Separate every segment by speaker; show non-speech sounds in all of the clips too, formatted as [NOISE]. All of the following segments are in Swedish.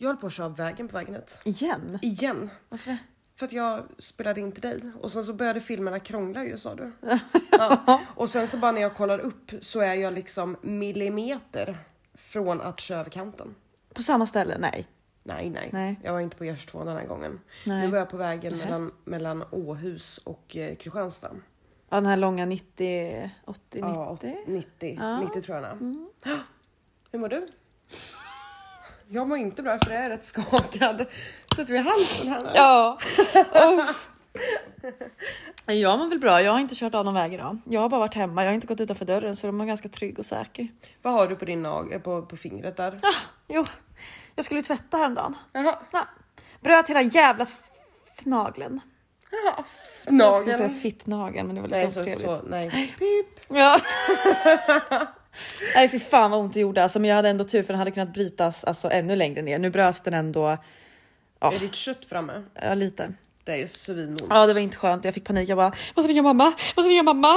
Speaker 1: höll på att köra av vägen på vägen hit.
Speaker 2: Igen?
Speaker 1: Igen.
Speaker 2: Varför
Speaker 1: För att jag spelade in till dig och sen så började filmerna krångla ju sa
Speaker 2: [LAUGHS]
Speaker 1: du. Ja. Och sen så bara när jag kollar upp så är jag liksom millimeter från att köra över kanten.
Speaker 2: På samma ställe? Nej.
Speaker 1: Nej, nej,
Speaker 2: Nej.
Speaker 1: Jag var inte på Gärdstvån den här gången.
Speaker 2: Nej.
Speaker 1: Nu var jag på vägen mellan, mellan Åhus och eh, Kristianstad.
Speaker 2: Ja, den här långa 90, 80, 90?
Speaker 1: Ja, 90, 90 tror jag den är.
Speaker 2: Mm.
Speaker 1: [GASPS] Hur mår du? Jag mår inte bra för jag är rätt skakad. Sätter vi halsen här nu?
Speaker 2: [LAUGHS] Ja. Uff. Jag mår väl bra. Jag har inte kört av någon väg idag. Jag har bara varit hemma. Jag har inte gått utanför dörren så de var ganska trygg och säker.
Speaker 1: Vad har du på din nag- eh, på, på fingret där?
Speaker 2: Ah, jo, jag skulle tvätta häromdagen.
Speaker 1: Jaha,
Speaker 2: Ja. Bröt hela jävla f- f- nageln.
Speaker 1: jaha.
Speaker 2: Jag skulle säga
Speaker 1: Nageln.
Speaker 2: fittnageln men det var lite
Speaker 1: Nej, så,
Speaker 2: otrevligt.
Speaker 1: så, nej. Pip. [LAUGHS]
Speaker 2: Ja. Nej fy fan vad ont det gjorde alltså, men jag hade ändå tur för den hade kunnat brytas alltså, ännu längre ner. Nu bröts den ändå Ah.
Speaker 1: Är ditt kött framme?
Speaker 2: ja, lite.
Speaker 1: Det är ju svinont.
Speaker 2: Ja det var inte skönt, jag fick panik. Jag bara måste ringa mamma, måste
Speaker 1: [LAUGHS]
Speaker 2: ringa mamma.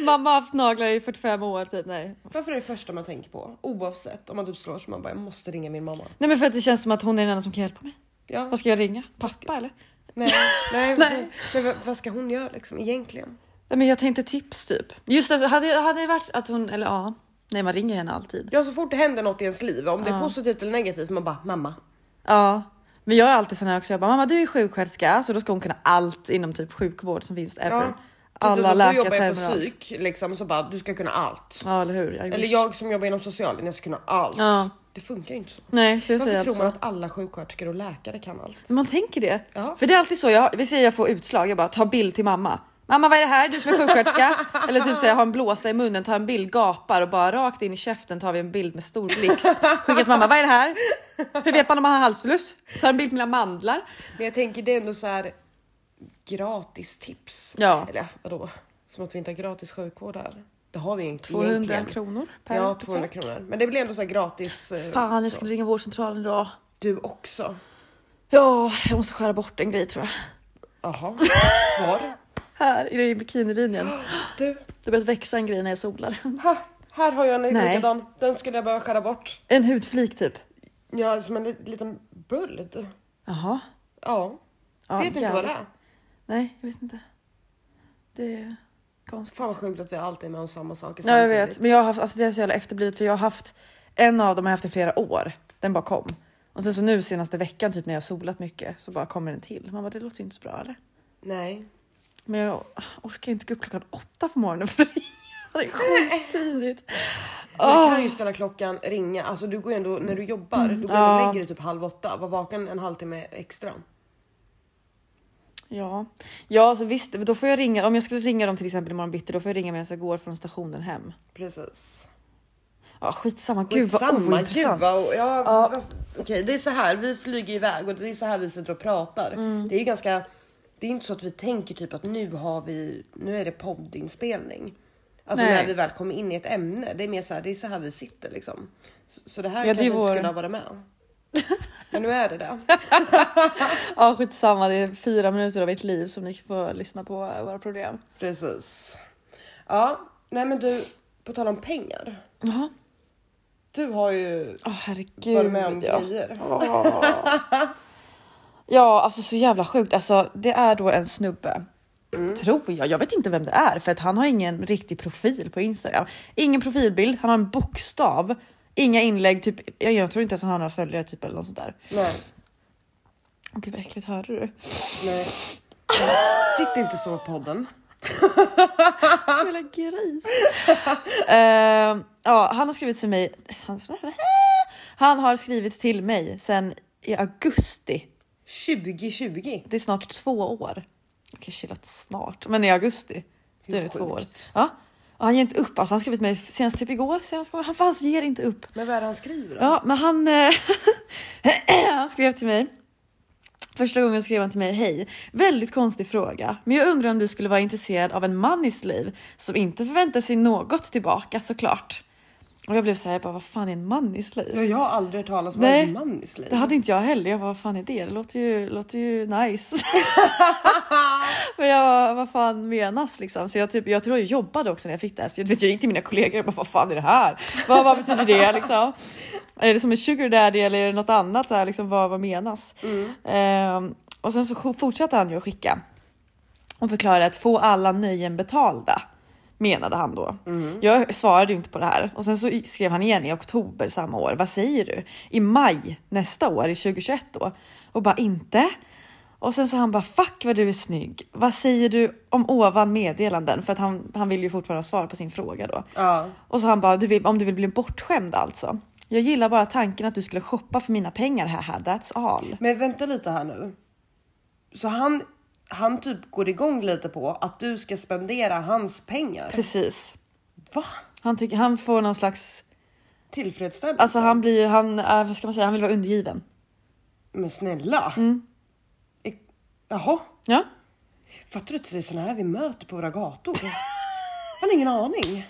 Speaker 2: mamma har haft naglar i 45 år typ. Nej.
Speaker 1: Varför är det första man tänker på? Oavsett om man typ slår sig, man bara jag måste ringa min mamma.
Speaker 2: Nej men för att det känns som att hon är den enda som kan hjälpa mig.
Speaker 1: Ja.
Speaker 2: Vad ska jag ringa? Pappa eller?
Speaker 1: Nej,
Speaker 2: [LAUGHS]
Speaker 1: nej,
Speaker 2: Nej.
Speaker 1: nej. Men vad- vad ska hon göra liksom egentligen?
Speaker 2: Nej men jag tänkte tips typ. Just det, så hade, hade det varit att hon, eller ja. Nej man ringer henne alltid.
Speaker 1: Ja, så fort det händer något i ens liv, om
Speaker 2: Ah.
Speaker 1: det är positivt eller negativt, man bara mamma.
Speaker 2: Ja. Men jag är alltid sån här också, jag bara mamma du är sjuksköterska så då ska hon kunna allt inom typ sjukvård som finns ever.
Speaker 1: Ja. Precis
Speaker 2: Alla
Speaker 1: som du jobbar ju på
Speaker 2: läkartermer och allt.
Speaker 1: psyk liksom så bara du ska kunna allt.
Speaker 2: Ja eller hur. Jag
Speaker 1: Eller jag som jobbar inom socialen, jag ska kunna allt.
Speaker 2: Ja.
Speaker 1: Det funkar ju inte så.
Speaker 2: Nej så jag
Speaker 1: Varför
Speaker 2: säger
Speaker 1: tror
Speaker 2: alltså.
Speaker 1: man att alla sjuksköterskor och läkare kan allt?
Speaker 2: Man tänker det.
Speaker 1: Ja.
Speaker 2: För det är alltid så, jag, vi säger jag får utslag, jag bara ta bild till mamma. Mamma vad är det här? Du som
Speaker 1: [LAUGHS]
Speaker 2: är sjuksköterska? Eller typ säga ha en blåsa i munnen, ta en bild, gapar och bara rakt in i käften tar vi en bild med stor blixt. Skicka till mamma, vad är det här? Hur vet man om man har halsfluss? Ta en bild med mina mandlar.
Speaker 1: Men jag tänker det är ändå så här gratis tips.
Speaker 2: Ja.
Speaker 1: Eller vadå? Som att vi inte har gratis sjukvård här. Det har vi ju inte
Speaker 2: 200
Speaker 1: egentligen.
Speaker 2: kronor per
Speaker 1: Ja,
Speaker 2: besök.
Speaker 1: 200 kronor. Men det blir ändå så här gratis. eh,
Speaker 2: Fan jag
Speaker 1: så.
Speaker 2: skulle ringa vårdcentralen idag.
Speaker 1: Du också.
Speaker 2: Ja, jag måste skära bort en grej tror jag.
Speaker 1: Jaha, var?
Speaker 2: Här i bikinilinjen.
Speaker 1: Du,
Speaker 2: Det börjat växa en grej när jag solar.
Speaker 1: ha, här har jag en
Speaker 2: Nej.
Speaker 1: likadan. Den skulle jag behöva skära bort.
Speaker 2: En hudflik typ.
Speaker 1: Ja, som en li- liten böld.
Speaker 2: Jaha.
Speaker 1: Ja.
Speaker 2: Ja,
Speaker 1: vet inte vad det
Speaker 2: jävligt.
Speaker 1: är.
Speaker 2: Nej, jag vet inte. Det är konstigt.
Speaker 1: Fan vad sjukt att vi alltid är med om samma saker
Speaker 2: Ja, jag vet, men jag har haft, alltså det är så jävla efterblivet för jag har haft en av dem har jag haft i flera år. Den bara kom och sen så nu senaste veckan typ när jag har solat mycket så bara kommer den till. Man bara, det låter ju inte så bra eller?
Speaker 1: Nej.
Speaker 2: Men jag orkar inte gå upp klockan åtta på morgonen för [LAUGHS] det är skittidigt.
Speaker 1: Men Du
Speaker 2: Oh.
Speaker 1: kan ju ställa klockan, ringa. Alltså du går ju ändå, när du jobbar, du går
Speaker 2: Mm. Ja.
Speaker 1: och lägger dig typ halv åtta. Var vaken en halvtimme extra.
Speaker 2: Ja, ja, så visst, men då får jag ringa. Om jag skulle ringa dem till exempel imorgon bitti, då får jag ringa medan jag går från stationen hem.
Speaker 1: Precis.
Speaker 2: Ja, skitsamma. Gud vad
Speaker 1: Skitsamma,
Speaker 2: ointressant.
Speaker 1: Gud, vad, ja, vad- Okej, det är så här. Vi flyger iväg och det är så här vi sitter och pratar.
Speaker 2: Mm.
Speaker 1: Det är ju ganska. Det är inte så att vi tänker typ att nu har vi. Nu är det poddinspelning. Alltså
Speaker 2: Nej.
Speaker 1: när vi väl kommer in i ett ämne. Det är mer så här. Det är så här vi sitter liksom. Så, så det här
Speaker 2: det är
Speaker 1: kanske inte
Speaker 2: vår-
Speaker 1: skulle ha varit med. Men nu är det det.
Speaker 2: Ja, skitsamma. Det är fyra minuter av ert liv som ni kan få lyssna på våra problem.
Speaker 1: Precis. Ja, nej men du. På tal om pengar.
Speaker 2: Jaha.
Speaker 1: Du har ju
Speaker 2: Åh herregud.
Speaker 1: varit med om
Speaker 2: ja.
Speaker 1: grejer.
Speaker 2: Åh. [LAUGHS] ja, alltså så jävla sjukt. Alltså, det är då en snubbe.
Speaker 1: Mm.
Speaker 2: Tror jag. Jag vet inte vem det är för att han har ingen riktig profil på Instagram. Ingen profilbild. Han har en bokstav. Inga inlägg. Typ, jag, jag tror inte ens han har några följare typ, eller något sånt där.
Speaker 1: Nej,
Speaker 2: Åh, Gud vad äckligt, hörde du?
Speaker 1: nej. Sitt inte så på podden.
Speaker 2: Jävla gris. [LAUGHS] Eh, ja, han har skrivit till mig. Han, [LAUGHS] han har skrivit till mig sen i augusti
Speaker 1: 2020.
Speaker 2: Det är snart två år. Okej, chillat snart, men i augusti. Så det är det
Speaker 1: Sjukt.
Speaker 2: två år. Ja. Och han ger inte upp. Alltså, han har skrivit mig senast typ igår. Senast, gången. han fanns ger inte upp.
Speaker 1: Men vad är det han skriver då?
Speaker 2: Ja, men han, eh, [CLEARS THROAT] han skrev till mig. Första gången skrev han till mig. Hej, väldigt konstig fråga, men jag undrar om du skulle vara intresserad av en man i sitt liv som inte förväntar sig något tillbaka såklart. Och jag blev så här, jag bara, vad fan är en man i slöja?
Speaker 1: Ja, jag har aldrig hört talas om
Speaker 2: Nej.
Speaker 1: en man i slöja.
Speaker 2: Det hade inte jag heller. Jag bara, vad fan är det? Det låter ju, låter ju nice. Men jag bara, vad fan menas liksom? Så jag, typ, jag tror jag jobbade också när jag fick det här. Så jag, vet, jag gick till mina kollegor och bara, vad fan är det här? Vad, vad betyder det liksom? Är det som en sugar daddy eller är det något annat? Så här, liksom, vad, vad menas? Ehm, och sen så sk- fortsatte han ju att skicka och förklarade att få alla nöjen betalda menade han då. Jag svarade ju inte på det här och sen så skrev han igen i oktober samma år. Vad säger du? I maj nästa år, i 2021 då och bara inte. Och sen så han bara fuck vad du är snygg. Vad säger du om ovan meddelanden? För att han, han vill ju fortfarande ha svar på sin fråga då.
Speaker 1: Ja.
Speaker 2: Och så han bara, du vill, om du vill bli bortskämd alltså. Jag gillar bara tanken att du skulle shoppa för mina pengar här, that's all.
Speaker 1: Men vänta lite här nu. Så han, han typ går igång lite på att du ska spendera hans pengar.
Speaker 2: Precis.
Speaker 1: Va?
Speaker 2: Han, tycker, han får någon slags
Speaker 1: Tillfredsställelse?
Speaker 2: Alltså han blir ju, han, eh, vad ska man säga, han vill vara undergiven.
Speaker 1: Men snälla. E- Jaha,
Speaker 2: Ja.
Speaker 1: fattar du inte det är såna här vi möter på våra
Speaker 2: [LAUGHS]
Speaker 1: gator? Jag har ingen aning.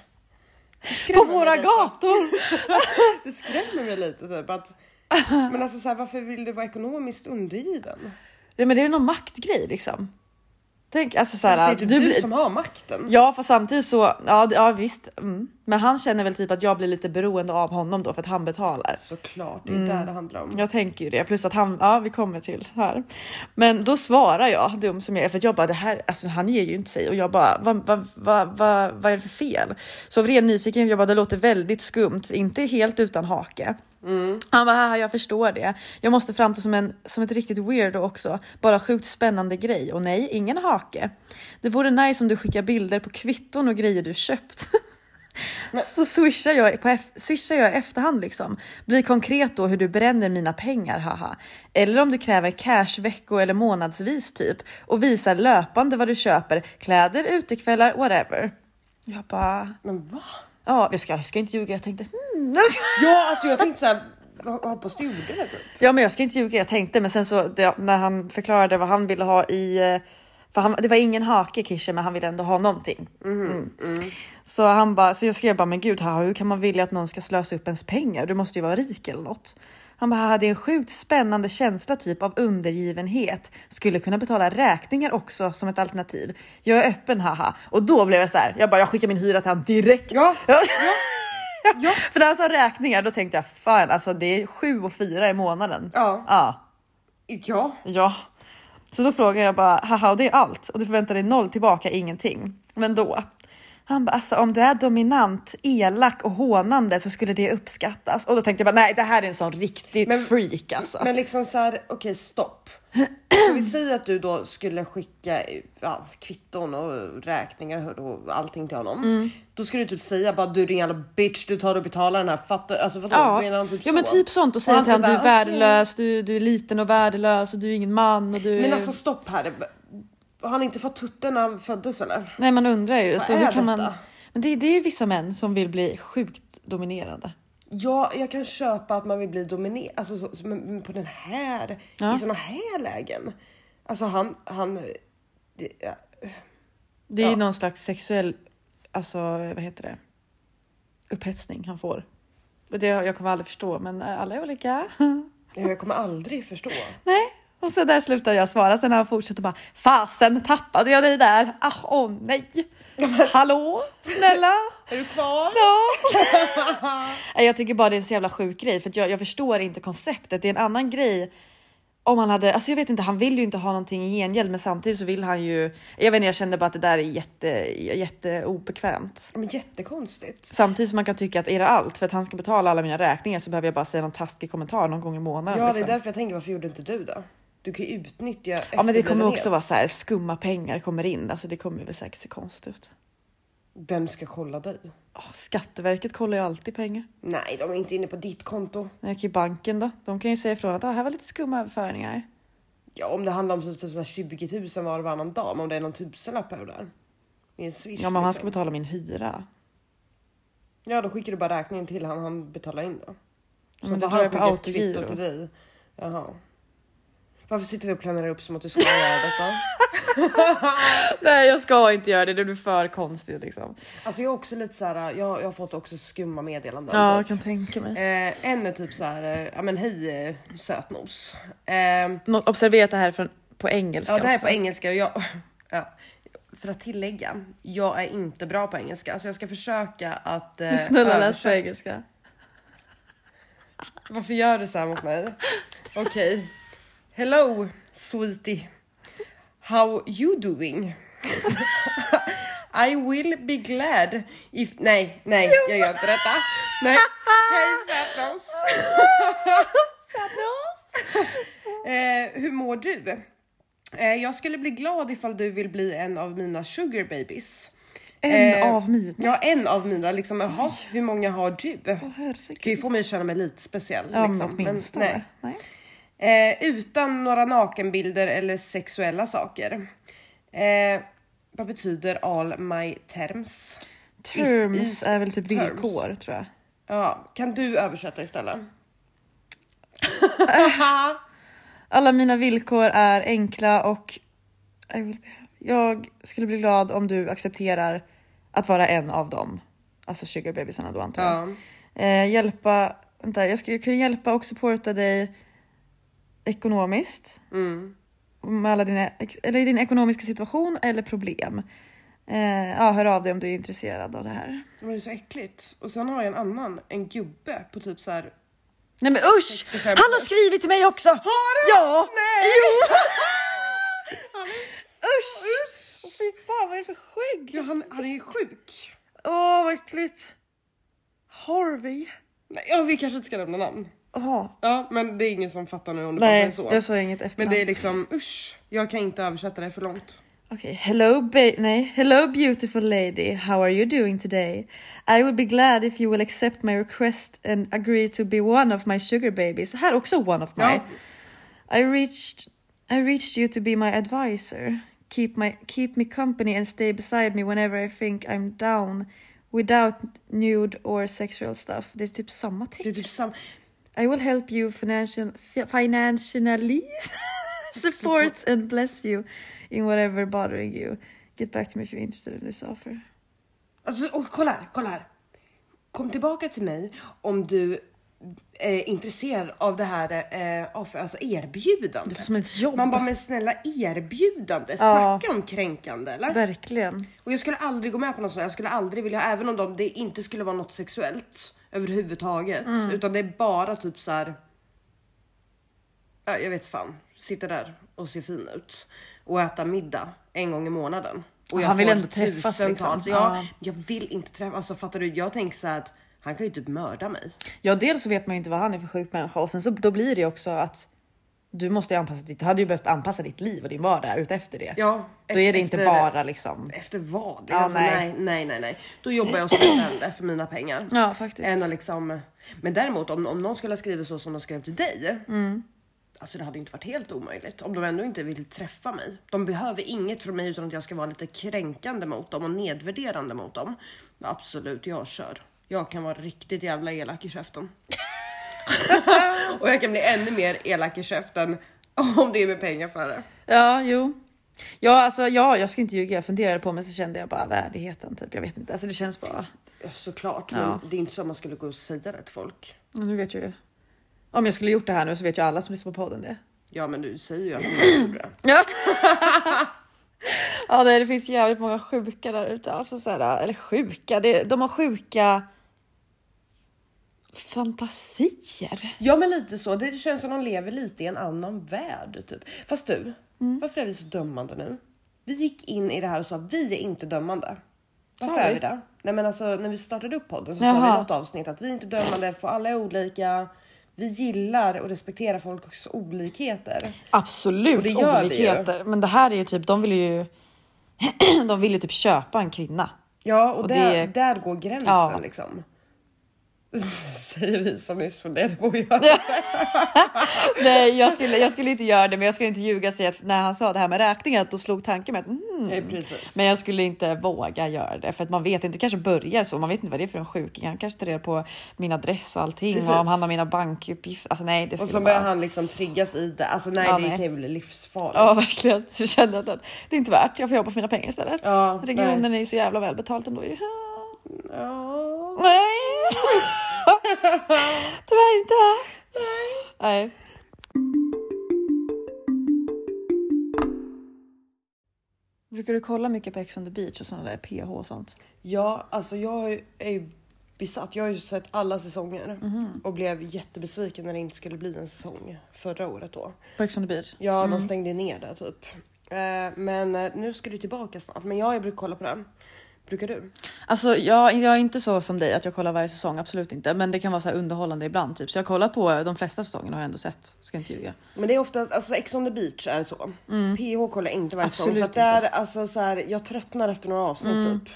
Speaker 1: Det
Speaker 2: På
Speaker 1: skrämmer mig
Speaker 2: våra
Speaker 1: lite.
Speaker 2: gator!
Speaker 1: Det skrämmer mig lite typ
Speaker 2: [LAUGHS]
Speaker 1: att men alltså så här, varför vill du vara ekonomiskt undergiven?
Speaker 2: Ja men det är ju någon maktgrej liksom. Tänk alltså
Speaker 1: Fast det
Speaker 2: såhär,
Speaker 1: är typ du,
Speaker 2: du blir...
Speaker 1: som har makten.
Speaker 2: Ja fast samtidigt så, ja, det- ja visst. Mm. Men han känner väl typ att jag blir lite beroende av honom då för att han betalar.
Speaker 1: Såklart, det är
Speaker 2: Mm.
Speaker 1: där det handlar om.
Speaker 2: Jag tänker ju det plus att han, ja vi kommer till här. Men då svarar jag dum som jag är för att jag bara det här, alltså han ger ju inte sig och jag bara vad, vad, vad, vad, vad är det för fel? Så av ren nyfiken, jag bara det låter väldigt skumt, inte helt utan hake. Han bara haha jag förstår det. Jag måste framstå som, en, som ett riktigt weirdo också. Bara sjukt spännande grej och nej, ingen hake. Det vore nice om du skickar bilder på kvitton och grejer du köpt. Så swishar jag, på eff- swishar jag i efterhand liksom. Bli konkret då hur du bränner mina pengar, haha. Eller om du kräver cash vecko eller månadsvis typ och visar löpande vad du köper, kläder, utekvällar, whatever. Jag bara,
Speaker 1: Men va?
Speaker 2: ja, jag ska, jag ska inte ljuga. Jag tänkte, hmm.
Speaker 1: Ja, alltså jag tänkte så här, jag hoppas du gjorde det typ.
Speaker 2: Ja, men jag ska inte ljuga. Jag tänkte, men sen så det, när han förklarade vad han ville ha i. eh, För han, det var ingen hake Kishe, men han ville ändå ha någonting.
Speaker 1: Mm-hmm.
Speaker 2: Mm. Så han bara, så jag skrev bara, men gud, haha, hur kan man vilja att någon ska slösa upp ens pengar? Du måste ju vara rik eller något. Han bara, haha, det är en sjukt spännande känsla typ av undergivenhet. Skulle kunna betala räkningar också som ett alternativ. Jag är öppen, haha. Och då blev jag så här, jag bara, jag skickar min hyra till han direkt. [LAUGHS]
Speaker 1: Ja, ja.
Speaker 2: För när han sa räkningar då tänkte jag fan alltså det är 7 och 4 i månaden.
Speaker 1: Ja.
Speaker 2: Ja.
Speaker 1: Ja,
Speaker 2: ja. Så då frågade jag bara haha och det är allt och du förväntar dig noll tillbaka ingenting. Men då. Han bara alltså om du är dominant, elak och hånande så skulle det uppskattas. Och då tänkte jag bara nej det här är en sån riktigt
Speaker 1: Men-
Speaker 2: freak alltså.
Speaker 1: men liksom så här, okej stopp. Så vi säger att du då skulle skicka ja, kvitton och räkningar och allting till honom.
Speaker 2: Mm.
Speaker 1: Då skulle du typ säga bara du är en jävla bitch, du tar och betalar den här. Fattar, alltså vadå?
Speaker 2: Ja,
Speaker 1: Menar han typ
Speaker 2: ja
Speaker 1: så?
Speaker 2: men typ sånt och säga
Speaker 1: han
Speaker 2: till honom
Speaker 1: typ
Speaker 2: du är
Speaker 1: bara, okej.
Speaker 2: värdelös, du, du är liten och värdelös och du är ingen man och du
Speaker 1: Men
Speaker 2: är-
Speaker 1: alltså stopp här. Har han inte fått tutten när han föddes eller?
Speaker 2: Nej man undrar ju. så
Speaker 1: är
Speaker 2: hur kan man...
Speaker 1: detta?
Speaker 2: Men det, det är ju vissa män som vill bli sjukt dominerande.
Speaker 1: Ja, jag kan köpa att man vill bli dominerad. Alltså så, så, men- men på den här, i såna här lägen. Alltså han, han. Det, ja.
Speaker 2: Det är
Speaker 1: Ja.
Speaker 2: ju någon slags sexuell, alltså vad heter det? Upphetsning han får. Och det jag kommer aldrig förstå men eh, alla är olika. [LAUGHS]
Speaker 1: Jag kommer aldrig förstå.
Speaker 2: Nej. Och så där slutar jag svara. Sen när han fortsätter bara fasen tappade jag dig där. Ah, åh
Speaker 1: [LAUGHS]
Speaker 2: nej. Hallå snälla.
Speaker 1: Är du kvar? [LAUGHS]
Speaker 2: Ja. Nej, jag tycker bara det är en så jävla sjuk grej för att jag, jag förstår inte konceptet. Det är en annan grej om han hade, alltså jag vet inte, han vill ju inte ha någonting i gengäld men samtidigt så vill han ju, jag vet inte, jag känner bara att det där är jätte, jätte obekvämt.
Speaker 1: Men jättekonstigt.
Speaker 2: Samtidigt som man kan tycka att är det allt för att han ska betala alla mina räkningar så behöver jag bara säga någon taskig kommentar någon gång i månaden.
Speaker 1: Ja, det är
Speaker 2: liksom.
Speaker 1: därför jag tänker varför gjorde inte du det? Du kan ju utnyttja
Speaker 2: ja men det kommer
Speaker 1: efterblivenhet.
Speaker 2: också vara så här skumma pengar kommer in, alltså det kommer väl säkert se konstigt ut.
Speaker 1: Vem ska kolla dig?
Speaker 2: Åh, Skatteverket kollar ju alltid pengar.
Speaker 1: Nej, de är inte inne på ditt konto.
Speaker 2: När jag gick i banken då, de kan ju säga ifrån att ah, här var lite skumma överföringar.
Speaker 1: Ja, om det handlar om typ, typ så här 20 000 var och varannan dag, men om det är någon tusenlapp här och där. I en swish.
Speaker 2: Ja men han ska
Speaker 1: liksom.
Speaker 2: betala min hyra.
Speaker 1: ja, då skickar du bara räkningen till han, han betalar in då. Så
Speaker 2: men det
Speaker 1: får
Speaker 2: drar jag på
Speaker 1: skicka ett kvitto
Speaker 2: autogiro.
Speaker 1: till dig. Jaha. Varför sitter vi och planerar upp som att du ska göra detta?
Speaker 2: Nej jag ska inte göra det, det blir för konstigt liksom.
Speaker 1: Alltså jag är också lite så här, jag, jag har fått också skumma meddelanden.
Speaker 2: Ja jag kan tänka mig.
Speaker 1: Eh, en är typ så här, eh, ja men hej eh, sötnos. Eh,
Speaker 2: Nå- Observera att det här är från, på engelska
Speaker 1: ja det här är
Speaker 2: också.
Speaker 1: på engelska och jag, [LAUGHS] ja, för att tillägga, jag är inte bra på engelska. Alltså jag ska försöka att eh,
Speaker 2: Snälla läs på
Speaker 1: översätta-
Speaker 2: engelska.
Speaker 1: Varför gör du så här mot
Speaker 2: [LAUGHS]
Speaker 1: mig? Okej. Hello sweetie. How you doing? [LAUGHS] I will be glad if... Nej, nej, jag gör inte detta.
Speaker 2: [LAUGHS]
Speaker 1: Nej. Hej sötnos. Eh, hur mår du? Eh, jag skulle bli glad ifall du vill bli en av mina sugar babies.
Speaker 2: En
Speaker 1: Eh,
Speaker 2: av mina.
Speaker 1: Ja, en av mina. Liksom, jaha, hur många har du?
Speaker 2: Åh, herregud.
Speaker 1: kan ju få mig att känna mig lite speciell.
Speaker 2: Ja men
Speaker 1: liksom.
Speaker 2: åtminstone.
Speaker 1: nej.
Speaker 2: nej.
Speaker 1: Eh, utan några nakenbilder eller sexuella saker. Eh, vad betyder all my terms?
Speaker 2: Terms
Speaker 1: is-
Speaker 2: är väl typ
Speaker 1: terms.
Speaker 2: villkor tror jag.
Speaker 1: Ja, kan du översätta istället?
Speaker 2: [LAUGHS] Alla mina villkor är enkla och I will be, jag skulle bli glad om du accepterar att vara en av dem. Alltså sugarbebisarna då antar jag.
Speaker 1: Ja.
Speaker 2: Eh, hjälpa, vänta, jag skulle kunna hjälpa och supporta dig ekonomiskt. Med alla dina, ex- eller i din ekonomiska situation eller problem. Eh, ja, hör av dig om du är intresserad av det här.
Speaker 1: Men det är så äckligt. Och sen har jag en annan, en gubbe på typ så här.
Speaker 2: Nej men usch!
Speaker 1: 65
Speaker 2: Han har skrivit till mig också! Har han? Ja! Nej! [LAUGHS] Jo! usch! usch. Oh, fy fan vad är det för skägg?
Speaker 1: Ja, han, han är sjuk.
Speaker 2: Åh vad äckligt. Harvey.
Speaker 1: Nej, Ja, vi kanske inte ska nämna namn.
Speaker 2: Jaha.
Speaker 1: Ja, men det är ingen som fattar nu om det bara är
Speaker 2: Nej,
Speaker 1: så.
Speaker 2: jag sa inget efter.
Speaker 1: Men det är liksom usch. Jag kan inte översätta det för långt.
Speaker 2: Okej, hello ba- nej, hello beautiful lady, how are you doing today? I would be glad if you will accept my request and agree to be one of my sugar babies. Här också one of my.
Speaker 1: Ja.
Speaker 2: I reached I reached you to be my advisor. Keep my keep me company and stay beside me whenever I think I'm down without nude or sexual stuff. Det är typ samma text.
Speaker 1: Det är typ sam-
Speaker 2: I will help you financial, fi- financially, [LAUGHS] support and bless you in whatever bothering you. Get back to me if you're interested in this offer.
Speaker 1: Alltså, och kolla här, kolla här. Kom tillbaka till mig om du eh, är intresserad av det här eh, offer, alltså erbjudandet.
Speaker 2: som ett jobb.
Speaker 1: Man bara, men snälla erbjudande,
Speaker 2: Ja.
Speaker 1: snacka om kränkande eller?
Speaker 2: Verkligen.
Speaker 1: Och jag skulle aldrig gå med på något sånt, jag skulle aldrig vilja, även om de, det inte skulle vara något sexuellt överhuvudtaget.
Speaker 2: Mm.
Speaker 1: Utan det är bara typ så här. Ja, jag vet fan, sitta där och se fin ut och äta middag en gång i månaden. Och jag
Speaker 2: Han vill
Speaker 1: får
Speaker 2: ändå träffas,
Speaker 1: tusentals-
Speaker 2: liksom.
Speaker 1: Ja,
Speaker 2: Ja.
Speaker 1: jag vill inte träffa, alltså fattar du? Jag tänker så här att han kan ju typ mörda mig.
Speaker 2: Ja, dels så vet man ju inte vad han är för sjuk människa och sen så då blir det ju också att du måste ju anpassa ditt, du hade ju behövt anpassa ditt liv och din vardag utefter det.
Speaker 1: Ja,
Speaker 2: då är det inte
Speaker 1: efter-
Speaker 2: bara liksom.
Speaker 1: Efter vad?
Speaker 2: Ja,
Speaker 1: alltså,
Speaker 2: nej.
Speaker 1: nej. nej, nej, nej, Då jobbar jag som förälder för mina pengar.
Speaker 2: Ja, faktiskt.
Speaker 1: Än att liksom... Men däremot om, om någon skulle ha skrivit så som de skrev till dig. Alltså det hade inte varit helt omöjligt om de ändå inte vill träffa mig. De behöver inget från mig utan att jag ska vara lite kränkande mot dem och nedvärderande mot dem. Absolut, jag kör. Jag kan vara riktigt jävla elak i käften. [LAUGHS] och jag kan bli ännu mer elak i käften om det är med pengar för det.
Speaker 2: Ja, jo. Ja, alltså ja, jag ska inte ljuga. Jag funderade på men så kände jag bara värdigheten typ. Jag vet inte, alltså det känns bara.
Speaker 1: Ja, Såklart,
Speaker 2: Ja.
Speaker 1: men det är inte så att man skulle gå och säga det till folk.
Speaker 2: Ja, Nu vet jag ju. Om jag skulle gjort det här nu så vet ju alla som lyssnar på podden det.
Speaker 1: Ja, men du säger ju att [CLEARS THROAT] du gjorde det.
Speaker 2: Ja. [LAUGHS] ja, nej, det finns jävligt många sjuka där ute. Alltså, så här, eller sjuka, det, de har sjuka fantasier.
Speaker 1: Ja, men lite så. Det känns som de lever lite i en annan värld. Typ. Fast du,
Speaker 2: Mm.
Speaker 1: varför är vi så dömande nu? Vi gick in i det här och sa att vi är inte dömande. Varför
Speaker 2: Sa vi?
Speaker 1: är vi det? Nej, men alltså, när vi startade upp podden så sa
Speaker 2: Jaha.
Speaker 1: vi i något avsnitt att vi är inte dömande, för alla är olika. Vi gillar och respekterar folks olikheter.
Speaker 2: Absolut
Speaker 1: det gör vi
Speaker 2: olikheter. men det här är ju typ, de vill ju, [CLEARS THROAT] de vill ju typ köpa en kvinna.
Speaker 1: Ja, och,
Speaker 2: Och
Speaker 1: där,
Speaker 2: det-
Speaker 1: där går gränsen
Speaker 2: Ja.
Speaker 1: liksom. [LAUGHS] Säger vi som nyss funderade på att göra det.
Speaker 2: Nej, jag skulle, jag skulle inte göra det, men jag skulle inte ljuga och säga att när han sa det här med räkningar, att då slog tanken med att mm.
Speaker 1: Nej, precis.
Speaker 2: Men jag skulle inte våga göra det för att man vet inte. Det kanske börjar så. Man vet inte vad det är för en sjuking. Han kanske tar reda på min adress och allting
Speaker 1: Precis.
Speaker 2: och om han har mina bankuppgifter. Alltså nej, det
Speaker 1: Och
Speaker 2: skulle
Speaker 1: så
Speaker 2: bara...
Speaker 1: börjar han liksom triggas i det. Alltså nej,
Speaker 2: Ja,
Speaker 1: det
Speaker 2: nej.
Speaker 1: kan ju bli livsfarligt.
Speaker 2: Ja, verkligen. Så kände jag att det är inte värt. Jag får jobba för mina pengar istället.
Speaker 1: Ja, nej.
Speaker 2: Regionen är ju så jävla välbetalt ändå. ju.
Speaker 1: Ja. [LAUGHS]
Speaker 2: Nej. [LAUGHS] Tyvärr inte. Nej. Brukar du kolla mycket på Ex on the beach och sådana där PH och sånt?
Speaker 1: ja, alltså jag är ju- är ju besatt. Jag har ju sett alla säsonger
Speaker 2: Mhm.
Speaker 1: och blev jättebesviken när det inte skulle bli en säsong förra året då.
Speaker 2: På Ex on the beach?
Speaker 1: Ja, de stängde ner det typ. Eh, Men eh, nu ska du tillbaka snart. Men ja, jag brukar kolla på den. Brukar du?
Speaker 2: Alltså jag, jag är inte så som dig att jag kollar varje säsong, absolut inte. Men det kan vara så här underhållande ibland. Typ. Så jag kollar på de flesta säsongerna har jag ändå sett. Ska inte ljuga.
Speaker 1: Men det är ofta, alltså Ex on the beach är så. PH kollar jag inte varje säsong. För
Speaker 2: Mm. Absolut Mm.
Speaker 1: att där, alltså så här, jag tröttnar efter några avsnitt typ.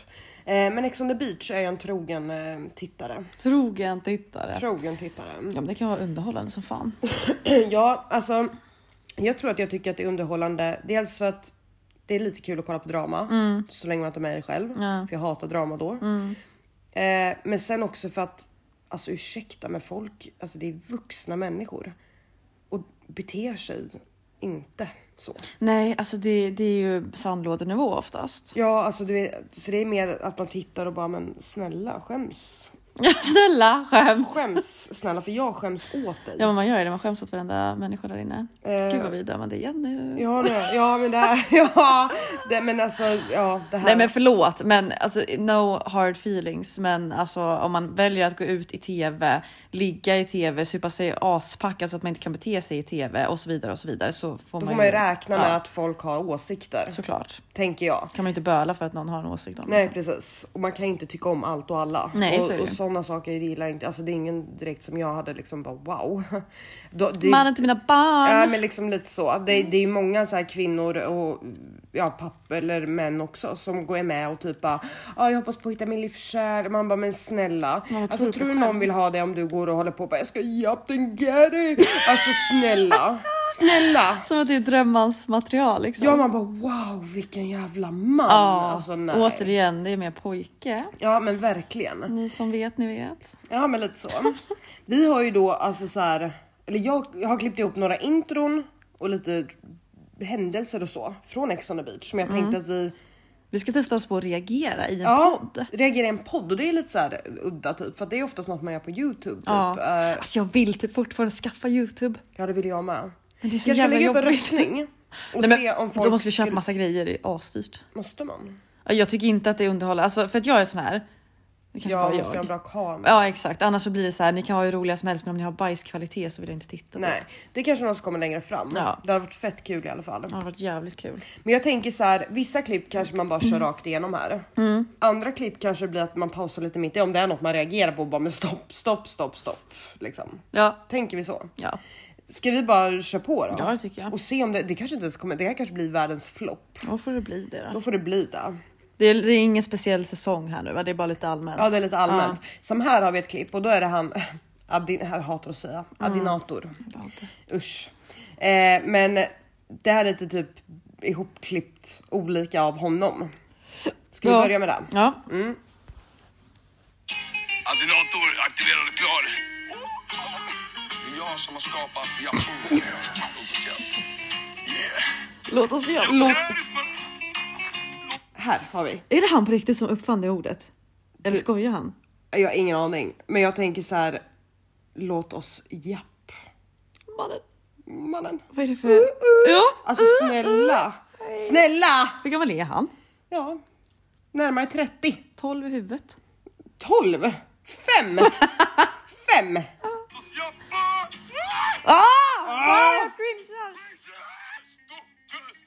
Speaker 1: Eh, Men Ex on the beach är jag en trogen eh, tittare.
Speaker 2: Trogen tittare.
Speaker 1: Trogen tittare.
Speaker 2: Ja men det kan vara underhållande som fan.
Speaker 1: [CLEARS THROAT] Ja, alltså. Jag tror att jag tycker att det är underhållande. Dels för att det är lite kul att kolla på drama. Så länge man inte är med i det själv.
Speaker 2: Mm. Ja. Mm.
Speaker 1: För jag hatar drama då. Eh, men sen också för att, alltså ursäkta men folk, alltså det är vuxna människor. Och beter sig inte så.
Speaker 2: Nej, alltså det, det är ju sandlådenivå oftast.
Speaker 1: Ja, alltså du vet, så det är mer att man tittar och bara men snälla skäms.
Speaker 2: [LAUGHS] Snälla skäms.
Speaker 1: Skäms
Speaker 2: [LAUGHS]
Speaker 1: snälla för jag skäms åt dig.
Speaker 2: Ja men man gör ju det, man skäms åt varenda människa där inne.
Speaker 1: Eh.
Speaker 2: Gud vad vi är dömande igen nu.
Speaker 1: Ja, nej, ja men det här, [LAUGHS] ja, det, men alltså ja det här.
Speaker 2: Nej men förlåt, men alltså no hard feelings. Men alltså om man väljer att gå ut i tv, ligga i tv, supa sig aspackad så att man inte kan bete sig i tv och så vidare och så vidare. Så får
Speaker 1: Då
Speaker 2: man
Speaker 1: får man ju räkna med
Speaker 2: Ja,
Speaker 1: att folk har åsikter,
Speaker 2: Såklart.
Speaker 1: tänker jag.
Speaker 2: Kan man ju inte böla för att någon har en åsikt om
Speaker 1: Nej precis, och man kan ju inte tycka om allt och alla.
Speaker 2: Nej, så är
Speaker 1: och
Speaker 2: det ju.
Speaker 1: och sådana saker gillar jag inte, alltså det är ingen direkt som jag hade liksom bara wow. [LAUGHS] Då, det,
Speaker 2: det. Man är inte mina barn.
Speaker 1: Ja men liksom lite så. Det, det är ju många så här kvinnor och ja, pappor eller män också som går med och typ bara ah, jag hoppas på att hitta min livskär. Man bara men snälla.
Speaker 2: Ja, vad
Speaker 1: alltså
Speaker 2: tror du
Speaker 1: tror du
Speaker 2: själv?
Speaker 1: någon vill ha det om du går och håller på och bara jag ska ge upp den Gary. Alltså
Speaker 2: [LAUGHS]
Speaker 1: snälla. Snälla.
Speaker 2: Som att det är drömmans material liksom.
Speaker 1: Ja man bara wow vilken jävla man.
Speaker 2: Ja,
Speaker 1: alltså, nej.
Speaker 2: återigen, det är mer pojke.
Speaker 1: Ja men verkligen.
Speaker 2: Ni som vet, ni vet.
Speaker 1: Ja men lite så. Vi har ju då alltså så här, eller jag, jag har klippt ihop några intron och lite händelser och så från Ex on the beach som jag tänkte att vi
Speaker 2: Vi ska testa oss på att reagera i Mm. en
Speaker 1: ja, typ,
Speaker 2: podd.
Speaker 1: reagerar i en podd och det är lite så här udda typ för att det är oftast något man gör på Youtube. Typ.
Speaker 2: Ja.
Speaker 1: Ja,
Speaker 2: Alltså jag vill typ fortfarande skaffa Youtube.
Speaker 1: ja det vill jag med.
Speaker 2: Men det är så
Speaker 1: jag ska
Speaker 2: jävla
Speaker 1: lägga upp en
Speaker 2: jobbigt. [LAUGHS]
Speaker 1: röstning och
Speaker 2: Nej, men
Speaker 1: se om folk
Speaker 2: då måste vi köpa
Speaker 1: skulle-
Speaker 2: massa grejer, det är asdyrt.
Speaker 1: Måste man?
Speaker 2: Ja, Jag tycker inte att det är underhållande, alltså, för att jag är sån här. Det kanske
Speaker 1: Ja,
Speaker 2: bara
Speaker 1: måste jag ha
Speaker 2: jag.
Speaker 1: en bra kamera?
Speaker 2: Ja exakt, annars så blir det så här. Ni kan vara hur roliga som helst men om ni har bajskvalitet så vill jag inte titta. på det.
Speaker 1: Nej, det är kanske någon som kommer längre fram.
Speaker 2: Ja.
Speaker 1: Det har varit fett kul i alla fall.
Speaker 2: Det har varit jävligt kul.
Speaker 1: Men jag tänker så här, vissa klipp kanske man bara
Speaker 2: Mm.
Speaker 1: kör rakt igenom här. Andra klipp kanske blir att man pausar lite mitt i om det är något man reagerar på och bara men stopp, stopp, stopp, stopp. Liksom.
Speaker 2: Ja,
Speaker 1: Tänker vi så?
Speaker 2: ja,
Speaker 1: Ska vi bara köra på då?
Speaker 2: ja det tycker jag.
Speaker 1: Och se om det, det kanske inte ens kommer, det här kanske blir världens flopp.
Speaker 2: Då får det bli det då.
Speaker 1: Då får det bli det.
Speaker 2: Det är, det är ingen speciell säsong här nu va? Det är bara lite allmänt.
Speaker 1: Ja det är lite allmänt. Som här har vi ett klipp och då är det han, [LAUGHS] Adin, jag hatar att säga, Adinator. Usch. Eh, men det här är lite typ ihopklippt olika av honom. Ska vi
Speaker 2: Ja.
Speaker 1: börja med det?
Speaker 2: Ja,
Speaker 3: Adinator aktiverad och klar. Det är jag som har skapat Yahoo.
Speaker 2: låt
Speaker 3: Låt oss hjälpa. Yeah.
Speaker 2: oss göra.
Speaker 1: Låt-
Speaker 3: Paris, man.
Speaker 1: Här har vi.
Speaker 2: Är det han på riktigt som uppfann det ordet? Eller skojar han?
Speaker 1: Jag har ingen aning, men jag tänker så här. Låt oss japp
Speaker 2: Mannen,
Speaker 1: mannen.
Speaker 2: vad är det för... Ja,
Speaker 1: Uh, Alltså snälla, snälla.
Speaker 2: hur gammal är han?
Speaker 1: Ja, närmare 30.
Speaker 2: 12 i huvudet.
Speaker 1: 12. [LAUGHS] 5. 5.
Speaker 3: Låt oss hjälpa.
Speaker 2: Ah, jag cringear.
Speaker 3: Stå, stå, stå.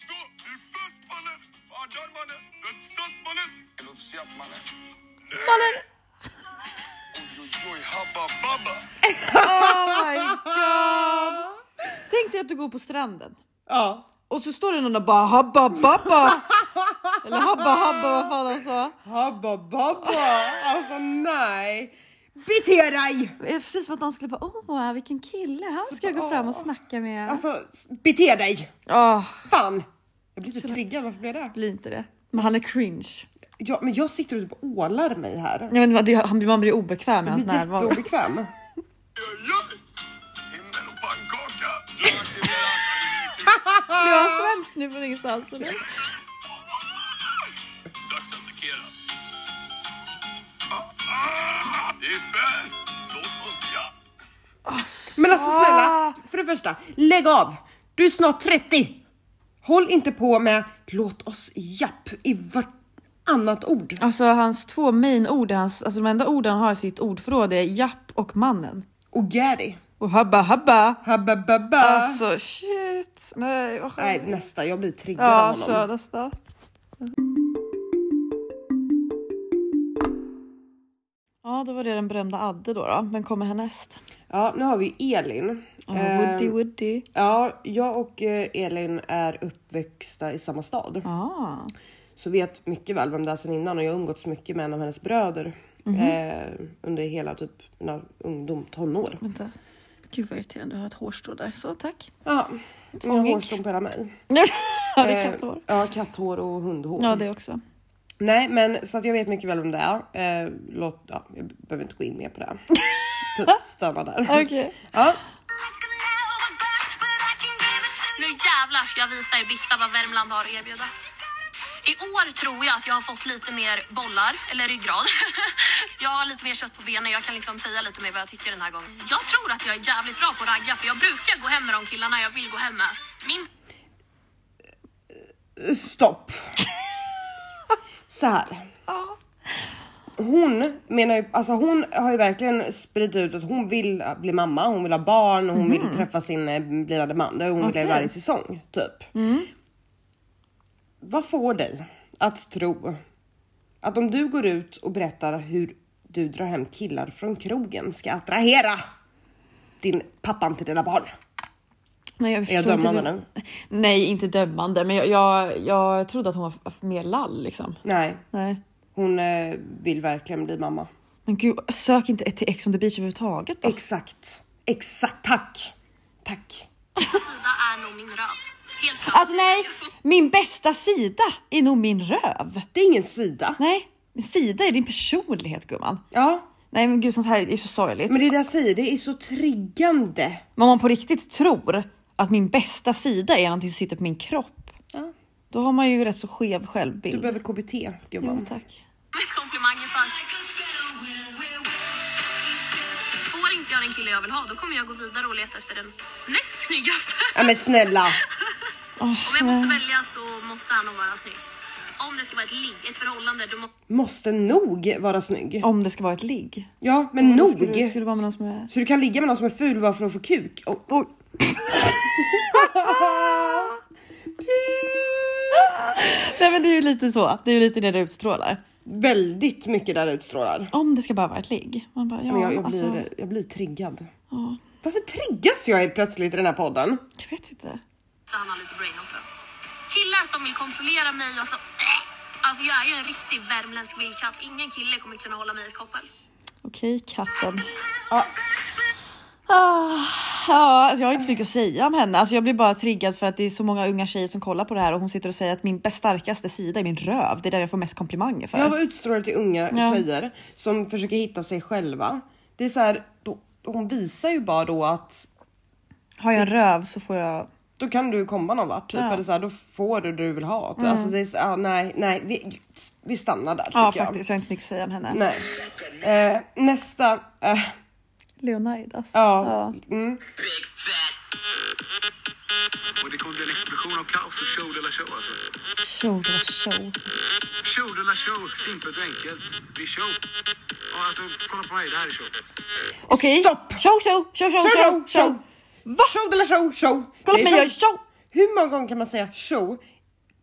Speaker 3: Det är fest, mannen. Adnan, mannen. Det är sant, mannen. Låt oss hjälpa, mannen.
Speaker 2: Mannen,
Speaker 3: Oj, oj, oj. Habba, babba.
Speaker 2: oh my god. Tänk dig att du går på stranden
Speaker 1: Ja,
Speaker 2: och så står det någon och bara habba [LAUGHS] babba. alltså. Eller habba habba vad fan han sa.
Speaker 1: habba babba. Alltså nej. Bete dig!
Speaker 2: Det är Precis som att någon skulle bara åh vilken kille, han ska jag gå fram och snacka med. Åh,
Speaker 1: Alltså, s- bete dig! Fan! Jag blir lite triggad, varför blev det?
Speaker 2: blir inte det. Men han är cringe.
Speaker 1: Ja, men jag sitter och typ ålar mig här.
Speaker 2: Jag vet, inte vad det, han, blir- man blir obekväm med
Speaker 1: Jag
Speaker 2: hans
Speaker 1: blir
Speaker 2: närvaro.
Speaker 1: jätteobekväm.
Speaker 3: Himmel och pannkaka. Du aktiverar
Speaker 2: Blev han svensk nu från ingenstans eller?
Speaker 3: Dags att attackera. Ah, ah, Det är fest! Låt oss ja.
Speaker 1: Men alltså
Speaker 2: Ah.
Speaker 1: snälla, för det första, lägg av! Du är snart 30! Håll inte på med låt oss japp i vartannat ord.
Speaker 2: Alltså hans två main ord, hans, alltså de enda orden han har i sitt ordförråd är japp och mannen.
Speaker 1: Och Gary.
Speaker 2: Och habba habba.
Speaker 1: Habba, babba.
Speaker 2: Alltså shit. Nej vad
Speaker 1: Nej,
Speaker 2: skönt.
Speaker 1: nästa. Jag blir triggad av
Speaker 2: Ja
Speaker 1: honom.
Speaker 2: kör nästa. Ja då var det den berömda Adde då. då. Vem kommer härnäst?
Speaker 1: Ja, nu har vi Elin.
Speaker 2: Ja, Woody
Speaker 1: Eh,
Speaker 2: Woody.
Speaker 1: Ja, jag och eh, Elin är uppväxta i samma stad.
Speaker 2: Ah.
Speaker 1: Så vet mycket väl vem det är sen innan och jag har umgåtts mycket med en av hennes bröder.
Speaker 2: Mhm.
Speaker 1: eh, under hela typ mina ungdom, tonår.
Speaker 2: Vänta. Gud vad irriterande, du har ett hårstrå där. Så tack.
Speaker 1: Ja, jag har
Speaker 2: Tvångig.
Speaker 1: hårstrån på hela mig.
Speaker 2: [LAUGHS] ja, det är
Speaker 1: Eh,
Speaker 2: katthår.
Speaker 1: Ja, katthår och hundhår.
Speaker 2: Ja, det också.
Speaker 1: Nej, men så att jag vet mycket väl vem det är. Eh, låt, ja, jag behöver inte gå in mer på
Speaker 2: [LAUGHS]
Speaker 1: det. typ stanna där.
Speaker 2: Okej.
Speaker 1: Ja,
Speaker 4: Nu jävlar ska jag visa er Bista vad Värmland har att erbjuda. I år tror jag att jag har fått lite mer bollar, eller ryggrad. [LAUGHS] jag har lite mer kött på benen, jag kan liksom säga lite mer vad jag tycker den här gången. Jag tror att jag är jävligt bra på att ragga, för jag brukar gå hem med de killarna jag vill gå hem med. Min
Speaker 1: stopp. Så här. Hon menar ju, alltså hon har ju verkligen spridit ut att hon vill bli mamma, hon vill ha barn, hon vill träffa sin eh, blivande man. Det har hon okay.
Speaker 2: Okej.
Speaker 1: varje säsong typ. Vad får dig att tro att om du går ut och berättar hur du drar hem killar från krogen ska attrahera din pappan till dina barn?
Speaker 2: Nej, jag förstår
Speaker 1: dömande
Speaker 2: inte. nu? Nej, inte dömande, men jag, jag, jag trodde att hon var f- mer lall liksom.
Speaker 1: Nej,
Speaker 2: Nej.
Speaker 1: hon eh, vill verkligen bli mamma.
Speaker 2: Men gud, sök inte till Ex on the beach överhuvudtaget då.
Speaker 1: Exakt. Exakt. Tack. Tack.
Speaker 4: sida är nog min röv. Helt klart.
Speaker 2: Alltså nej, min bästa sida är nog min röv.
Speaker 1: Det är ingen sida.
Speaker 2: Nej, min sida är din personlighet gumman.
Speaker 1: Ja,
Speaker 2: Nej men gud sånt här är så sorgligt.
Speaker 1: men det är det jag säger. Det är så triggande.
Speaker 2: Men om man på riktigt tror att min bästa sida är någonting som sitter på min kropp.
Speaker 1: Ja.
Speaker 2: Då har man ju rätt så skev
Speaker 1: Du
Speaker 2: självbild.
Speaker 1: behöver KBT
Speaker 2: Jo
Speaker 1: gumman.
Speaker 2: Mm, tack.
Speaker 4: [LAUGHS] Med komplimangen för... Får inte jag den kille jag vill ha, då kommer jag gå vidare och leta efter den näst snyggaste.
Speaker 1: Ja, men snälla.
Speaker 4: Om jag måste välja så måste han nog vara snygg. Om det ska vara ett ligg, ett förhållande, då måste
Speaker 1: Måste nog vara snygg.
Speaker 2: Om det ska vara ett ligg.
Speaker 1: Ja, men
Speaker 2: Då
Speaker 1: nog.
Speaker 2: Mm, Skulle, det- skulle det vara med någon som är...
Speaker 1: Så du kan ligga med någon som är ful bara för att få kuk. Och...
Speaker 2: Oj. Nej men det är ju lite så. Det är ju lite det du utstrålar.
Speaker 1: Väldigt mycket där utstrålar.
Speaker 2: Om det ska bara vara ett ligg. Man bara, ja,
Speaker 1: Men jag, jag,
Speaker 2: alltså,
Speaker 1: blir, jag blir triggad. Varför triggas jag helt plötsligt i den här podden?
Speaker 2: jag vet inte.
Speaker 4: han ha lite brain också. Killar som vill kontrollera mig och så... Alltså jag är ju en riktig värmländsk vildkatt. Ingen kille kommer kunna hålla mig i ett koppel.
Speaker 2: Okej, katten. Ah, ja, alltså jag har inte så mycket att säga om henne. Alltså jag blir bara triggad för att det är så många unga tjejer som kollar på det här och hon sitter och säger att min bäst- starkaste sida är min röv. Det är där jag får mest komplimanger för.
Speaker 1: Jag var utstrålad till unga
Speaker 2: Ja.
Speaker 1: tjejer som försöker hitta sig själva. Det är så här, då, hon visar ju bara då att
Speaker 2: Har jag en röv så får jag...
Speaker 1: då kan du komma någon vart typ.
Speaker 2: Ja. Mm.
Speaker 1: Eller så här, då får du det du vill ha. Typ. Alltså det är så, ja, nej, nej, vi, vi stannar där tycker
Speaker 2: Ja,
Speaker 1: jag.
Speaker 2: faktiskt. Jag har inte så mycket att säga om henne.
Speaker 1: Nej. Eh, nästa. Eh,
Speaker 2: Leonidas.
Speaker 1: ja.
Speaker 3: Big fat. Och det kommer bli en explosion av kaos och show de la show alltså.
Speaker 2: Show, det var show.
Speaker 3: Show de la show, simpelt och enkelt. Vi show. Ja, alltså kolla på mig, det här är show.
Speaker 2: Okej.
Speaker 1: Stopp!
Speaker 2: Show, show, show, show,
Speaker 1: Show, show,
Speaker 2: show,
Speaker 1: show.
Speaker 2: show. Va?
Speaker 1: Show eller show, show.
Speaker 2: Kolla
Speaker 1: Det
Speaker 2: på
Speaker 1: är
Speaker 2: mig, jag är show.
Speaker 1: Hur många gånger kan man säga show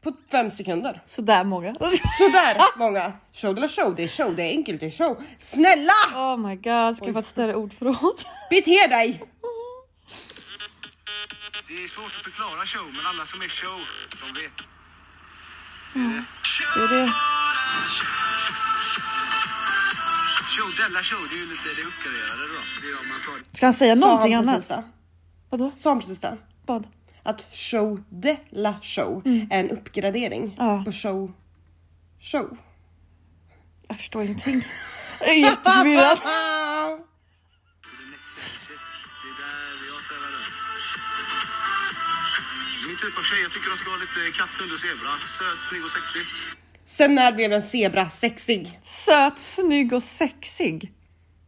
Speaker 1: på fem sekunder?
Speaker 2: Sådär många. Ah!
Speaker 1: Sådär många. Show eller show, det är show, det är enkelt, det är show. Snälla!
Speaker 2: [LAUGHS] Oh my god, ska jag få ett större ordförråd?
Speaker 1: Bete dig!
Speaker 3: Det är svårt att förklara show, men alla som är show, de vet.
Speaker 2: Det är det.
Speaker 3: Show, Della Show, det är ju lite det uppgraderade då. Det är om man tar
Speaker 2: Ska han säga
Speaker 1: Sa han
Speaker 2: någonting
Speaker 1: precis
Speaker 2: annat?
Speaker 1: det?
Speaker 2: Vadå?
Speaker 1: Sa han precis det?
Speaker 2: Vad?
Speaker 1: Att show de la show är en uppgradering
Speaker 2: Mm. Ja.
Speaker 1: på show show.
Speaker 2: Jag förstår ingenting. Jag är jätteförvirrad.
Speaker 3: the next level shit. Det är där jag svävar runt. Min typ av tjej, jag tycker de ska ha lite katt, hund och zebra. Söt, snygg och sexig.
Speaker 1: [LAUGHS] Sen när blev en zebra sexig?
Speaker 2: Söt, snygg och sexig.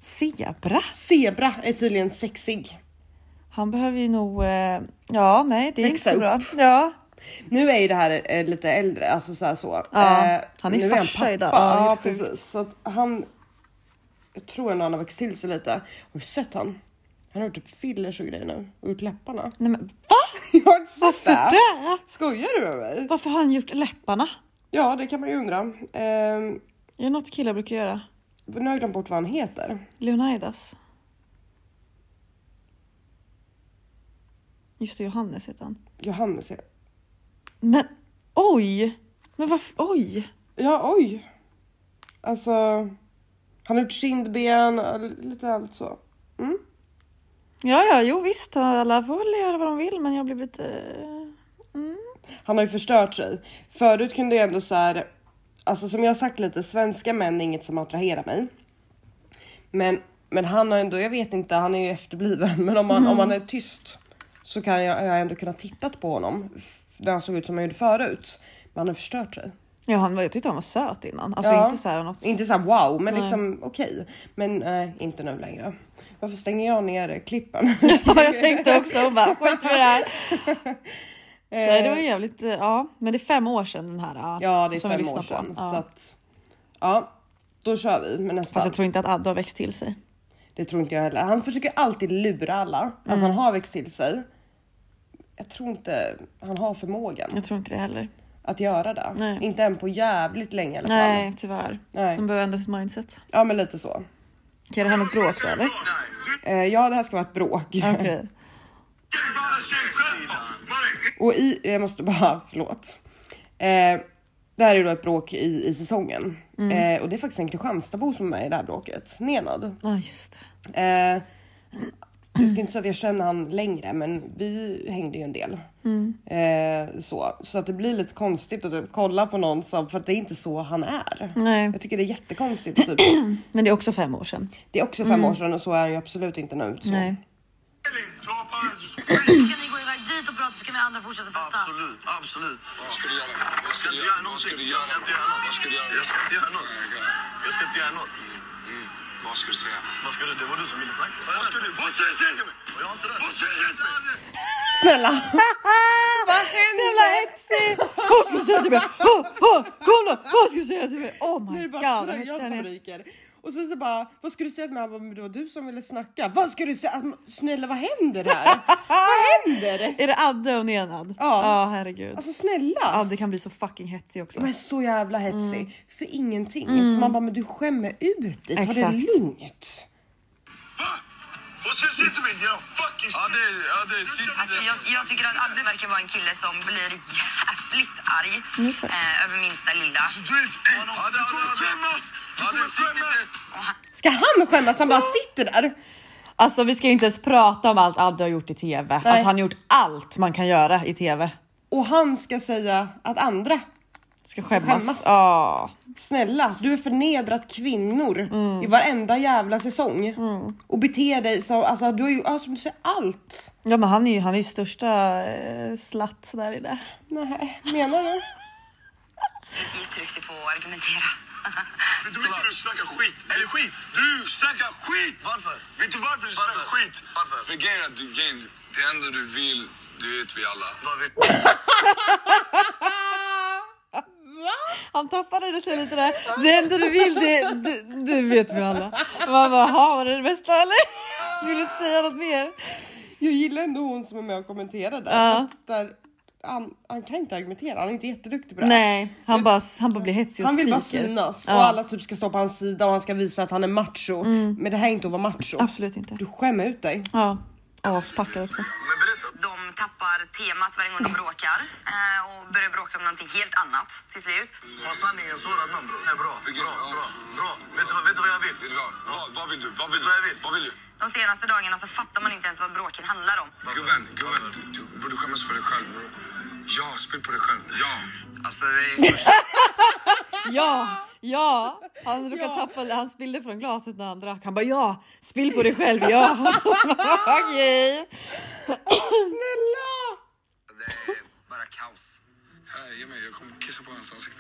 Speaker 2: Zebra.
Speaker 1: Zebra är tydligen sexig.
Speaker 2: Han behöver ju nog... Eh, ja, nej, det är
Speaker 1: Växa
Speaker 2: inte så bra. Ja.
Speaker 1: Nu är ju det här eh, lite äldre, alltså så här så. Eh,
Speaker 2: Ja, han är
Speaker 1: nu
Speaker 2: farsa idag. Ja,
Speaker 1: Ja,
Speaker 2: helt sjukt.
Speaker 1: precis. Så att han... Jag tror ändå han har växt till sig lite. Har du sett han? Han har gjort typ fillers och grejer nu och gjort läpparna. [LAUGHS]
Speaker 2: Nej, men va?
Speaker 1: Jag har inte sett
Speaker 2: Varför det?
Speaker 1: Skojar du med mig?
Speaker 2: Varför har han gjort läpparna?
Speaker 1: Ja, det kan man ju undra. Ehm,
Speaker 2: Är det något killar brukar göra?
Speaker 1: nu har jag glömt bort vad han heter.
Speaker 2: Leonidas. Just det, Johannes heter han.
Speaker 1: Johannes heter...
Speaker 2: Men oj! Men varför? Oj!
Speaker 1: Ja, oj. Alltså, han har gjort kindben, lite allt så. Mm.
Speaker 2: Ja, ja, jo visst. Alla får väl göra vad de vill, men jag blev lite... Mm.
Speaker 1: Han har ju förstört sig. Förut kunde jag ändå så här, alltså som jag har sagt lite, svenska män är inget som attraherar mig. Men, men han har ändå, jag vet inte, han är ju efterbliven, [LAUGHS] men om han, om han är tyst så kan jag, jag har ändå kunnat tittat på honom f- när han såg ut som han gjorde förut. Men han har förstört sig.
Speaker 2: Ja, han var, jag tyckte han var söt innan. Alltså
Speaker 1: Ja.
Speaker 2: inte så här något...
Speaker 1: Inte så här wow, men
Speaker 2: Nej.
Speaker 1: liksom okej. Men nej, inte nu längre. Varför stänger jag ner klippen?
Speaker 2: [LAUGHS] [LAUGHS] Ja, jag tänkte också hon bara skit med
Speaker 1: [LAUGHS]
Speaker 2: det här. Nej, det var jävligt. eh, Ja, men det är fem år sedan den här. ah,
Speaker 1: ja, det är
Speaker 2: som vi
Speaker 1: fem år
Speaker 2: lyssnar på.
Speaker 1: sedan.
Speaker 2: Ja.
Speaker 1: Så att, ja, då kör vi med nästa.
Speaker 2: Fast jag tror inte att Adde har växt till sig.
Speaker 1: Det tror inte jag heller. Han försöker alltid lura alla att
Speaker 2: Mm.
Speaker 1: han har växt till sig. Jag tror inte han har förmågan
Speaker 2: Jag tror inte det heller.
Speaker 1: att göra det.
Speaker 2: Nej.
Speaker 1: Inte än på jävligt länge i alla fall.
Speaker 2: Nej, tyvärr.
Speaker 1: Nej.
Speaker 2: De behöver ändra sitt mindset.
Speaker 1: Ja, men lite så.
Speaker 2: Kan det här något bråk
Speaker 1: [LAUGHS]
Speaker 2: eller?
Speaker 1: Eh, ja, det här ska vara ett bråk.
Speaker 2: Okej.
Speaker 1: Och i, jag måste bara, [LAUGHS] förlåt. Eh, det här är då ett bråk i, i säsongen.
Speaker 2: Mm.
Speaker 1: Eh, och det är faktiskt en Kristianstadbo som är med i det här bråket. Nenad.
Speaker 2: Ja, just det.
Speaker 1: Eh, jag ska inte säga att jag känner han längre, men vi hängde ju en del.
Speaker 2: Mm.
Speaker 1: Eh, så så att det blir lite konstigt att typ kolla på någon som, för att det är inte så han är.
Speaker 2: Nej.
Speaker 1: Jag tycker det är jättekonstigt.
Speaker 2: [CLEARS THROAT]
Speaker 1: Typ.
Speaker 2: Men det är också fem år sedan.
Speaker 1: Det är också fem år sedan och så är han ju absolut inte nu. Så.
Speaker 2: Mm. Nej.
Speaker 5: Ska ni gå iväg dit och prata så kan vi andra fortsätta festa.
Speaker 6: Absolut, absolut.
Speaker 3: Vad ska du göra? Vad
Speaker 6: Jag ska inte göra någonting. Jag ska inte göra något.
Speaker 3: Vad ska du göra?
Speaker 6: Jag ska inte göra något. Jag ska inte göra något.
Speaker 3: Mm. Vad ska du säga?
Speaker 6: Vad ska du? Det var du som ville snacka. Vad ska du? Vad säger du till mig? Och jag har inte rätt. Vad säger du till mig?
Speaker 1: Snälla!
Speaker 2: [LAUGHS]
Speaker 1: Vad händer? [LAUGHS]
Speaker 2: Vad ska du säga till mig? Oh, oh, kolla! Vad ska du säga till mig? Oh
Speaker 1: Nu är
Speaker 2: my
Speaker 1: det
Speaker 2: god.
Speaker 1: bara
Speaker 2: vad
Speaker 1: tröjan
Speaker 2: hetsar
Speaker 1: som
Speaker 2: ni?
Speaker 1: ryker. Och sen så bara, vad ska du säga till mig? Han bara, men det var du som ville snacka. Vad ska du säga? Snälla vad händer här? vad händer?
Speaker 2: Är det Adde och Nenad?
Speaker 1: Ja.
Speaker 2: Ja, herregud.
Speaker 1: Alltså snälla.
Speaker 2: Adde kan bli så fucking hetsig också.
Speaker 1: Men så jävla hetsig. För ingenting. Så man bara, men du skämmer ut dig. Ta
Speaker 2: Exakt.
Speaker 1: det lugnt.
Speaker 6: Vad ska du säga till mig? Jag fucking... Ja, det är... Ja, det är...
Speaker 5: Alltså, jag, jag tycker att Adde verkar vara en kille som blir jävligt arg eh, över minsta lilla.
Speaker 6: Alltså, Du är... Ja, det är... Du kommer skämmas! Du kommer skämmas!
Speaker 1: Ska han skämmas? Han bara sitter där.
Speaker 2: Alltså vi ska inte ens prata om allt Adde har gjort i tv. Alltså han har gjort allt man kan göra i tv.
Speaker 1: Och han ska säga att andra,
Speaker 2: Ska skämmas.
Speaker 1: Skämmas.
Speaker 2: Ja.
Speaker 1: snälla, du har förnedrat kvinnor i varenda jävla säsong. Och beter dig som, alltså du har ju, alltså, du säger allt.
Speaker 2: ja men han är ju, han är ju största eh, slatt där i det.
Speaker 1: Nej, menar du?
Speaker 5: Jag är jätteduktig på att argumentera. [LAUGHS]
Speaker 6: Vet du hur mycket du snackar skit? Är det skit? Du snackar skit! Varför? Vet du varför du snackar skit?
Speaker 3: Varför? För grejen är att du, grejen, det enda du vill, det vet vi alla.
Speaker 6: Vad vet
Speaker 2: Han tappade det sig lite där. Det enda du vill det, det, det vet vi alla. Man bara, "Ha, var det det bästa eller? [LAUGHS] Skulle inte säga något mer.
Speaker 1: Jag gillar ändå hon som är med och kommenterar där.
Speaker 2: Ja.
Speaker 1: där han, han kan inte argumentera, han är inte jätteduktig på det. här.
Speaker 2: Nej, han bara, han bara blir hetsig och
Speaker 1: Han vill bara
Speaker 2: skriker.
Speaker 1: synas
Speaker 2: Ja. Mm.
Speaker 1: och alla typ ska stå på hans sida och han ska visa att han är macho. Men det här är inte att vara macho.
Speaker 2: Absolut Mm. inte.
Speaker 1: Du skämmer ut dig.
Speaker 2: Ja, aspackad också.
Speaker 6: Men berätta.
Speaker 5: De tappar temat varje gång de bråkar eh, och börjar bråka om någonting helt annat till slut.
Speaker 6: Har sanningen sårat någon bror? Nej, bra. Bra, bra, bra. Vet du, vad- vet du vad jag vill?
Speaker 3: Vet du vad? Vad, vad vill du? Vad vill
Speaker 6: Vet du vad jag vill?
Speaker 3: Vad vill du?
Speaker 5: De senaste dagarna så fattar man inte ens vad bråken handlar om.
Speaker 3: Gubben, gubben, du, du borde skämmas för dig själv. bro. Ja, spel på dig själv. Ja.
Speaker 6: Alltså det är först
Speaker 1: [LAUGHS]
Speaker 2: Ja, ja. Han råkade tappa, han spillde från glaset när han drack. Han bara ja, spill på dig själv,
Speaker 1: [LAUGHS]
Speaker 2: ja. Okej.
Speaker 1: Snälla!
Speaker 6: det är bara kaos.
Speaker 3: Här, ge mig. Jag kommer kissa på hans ansikte.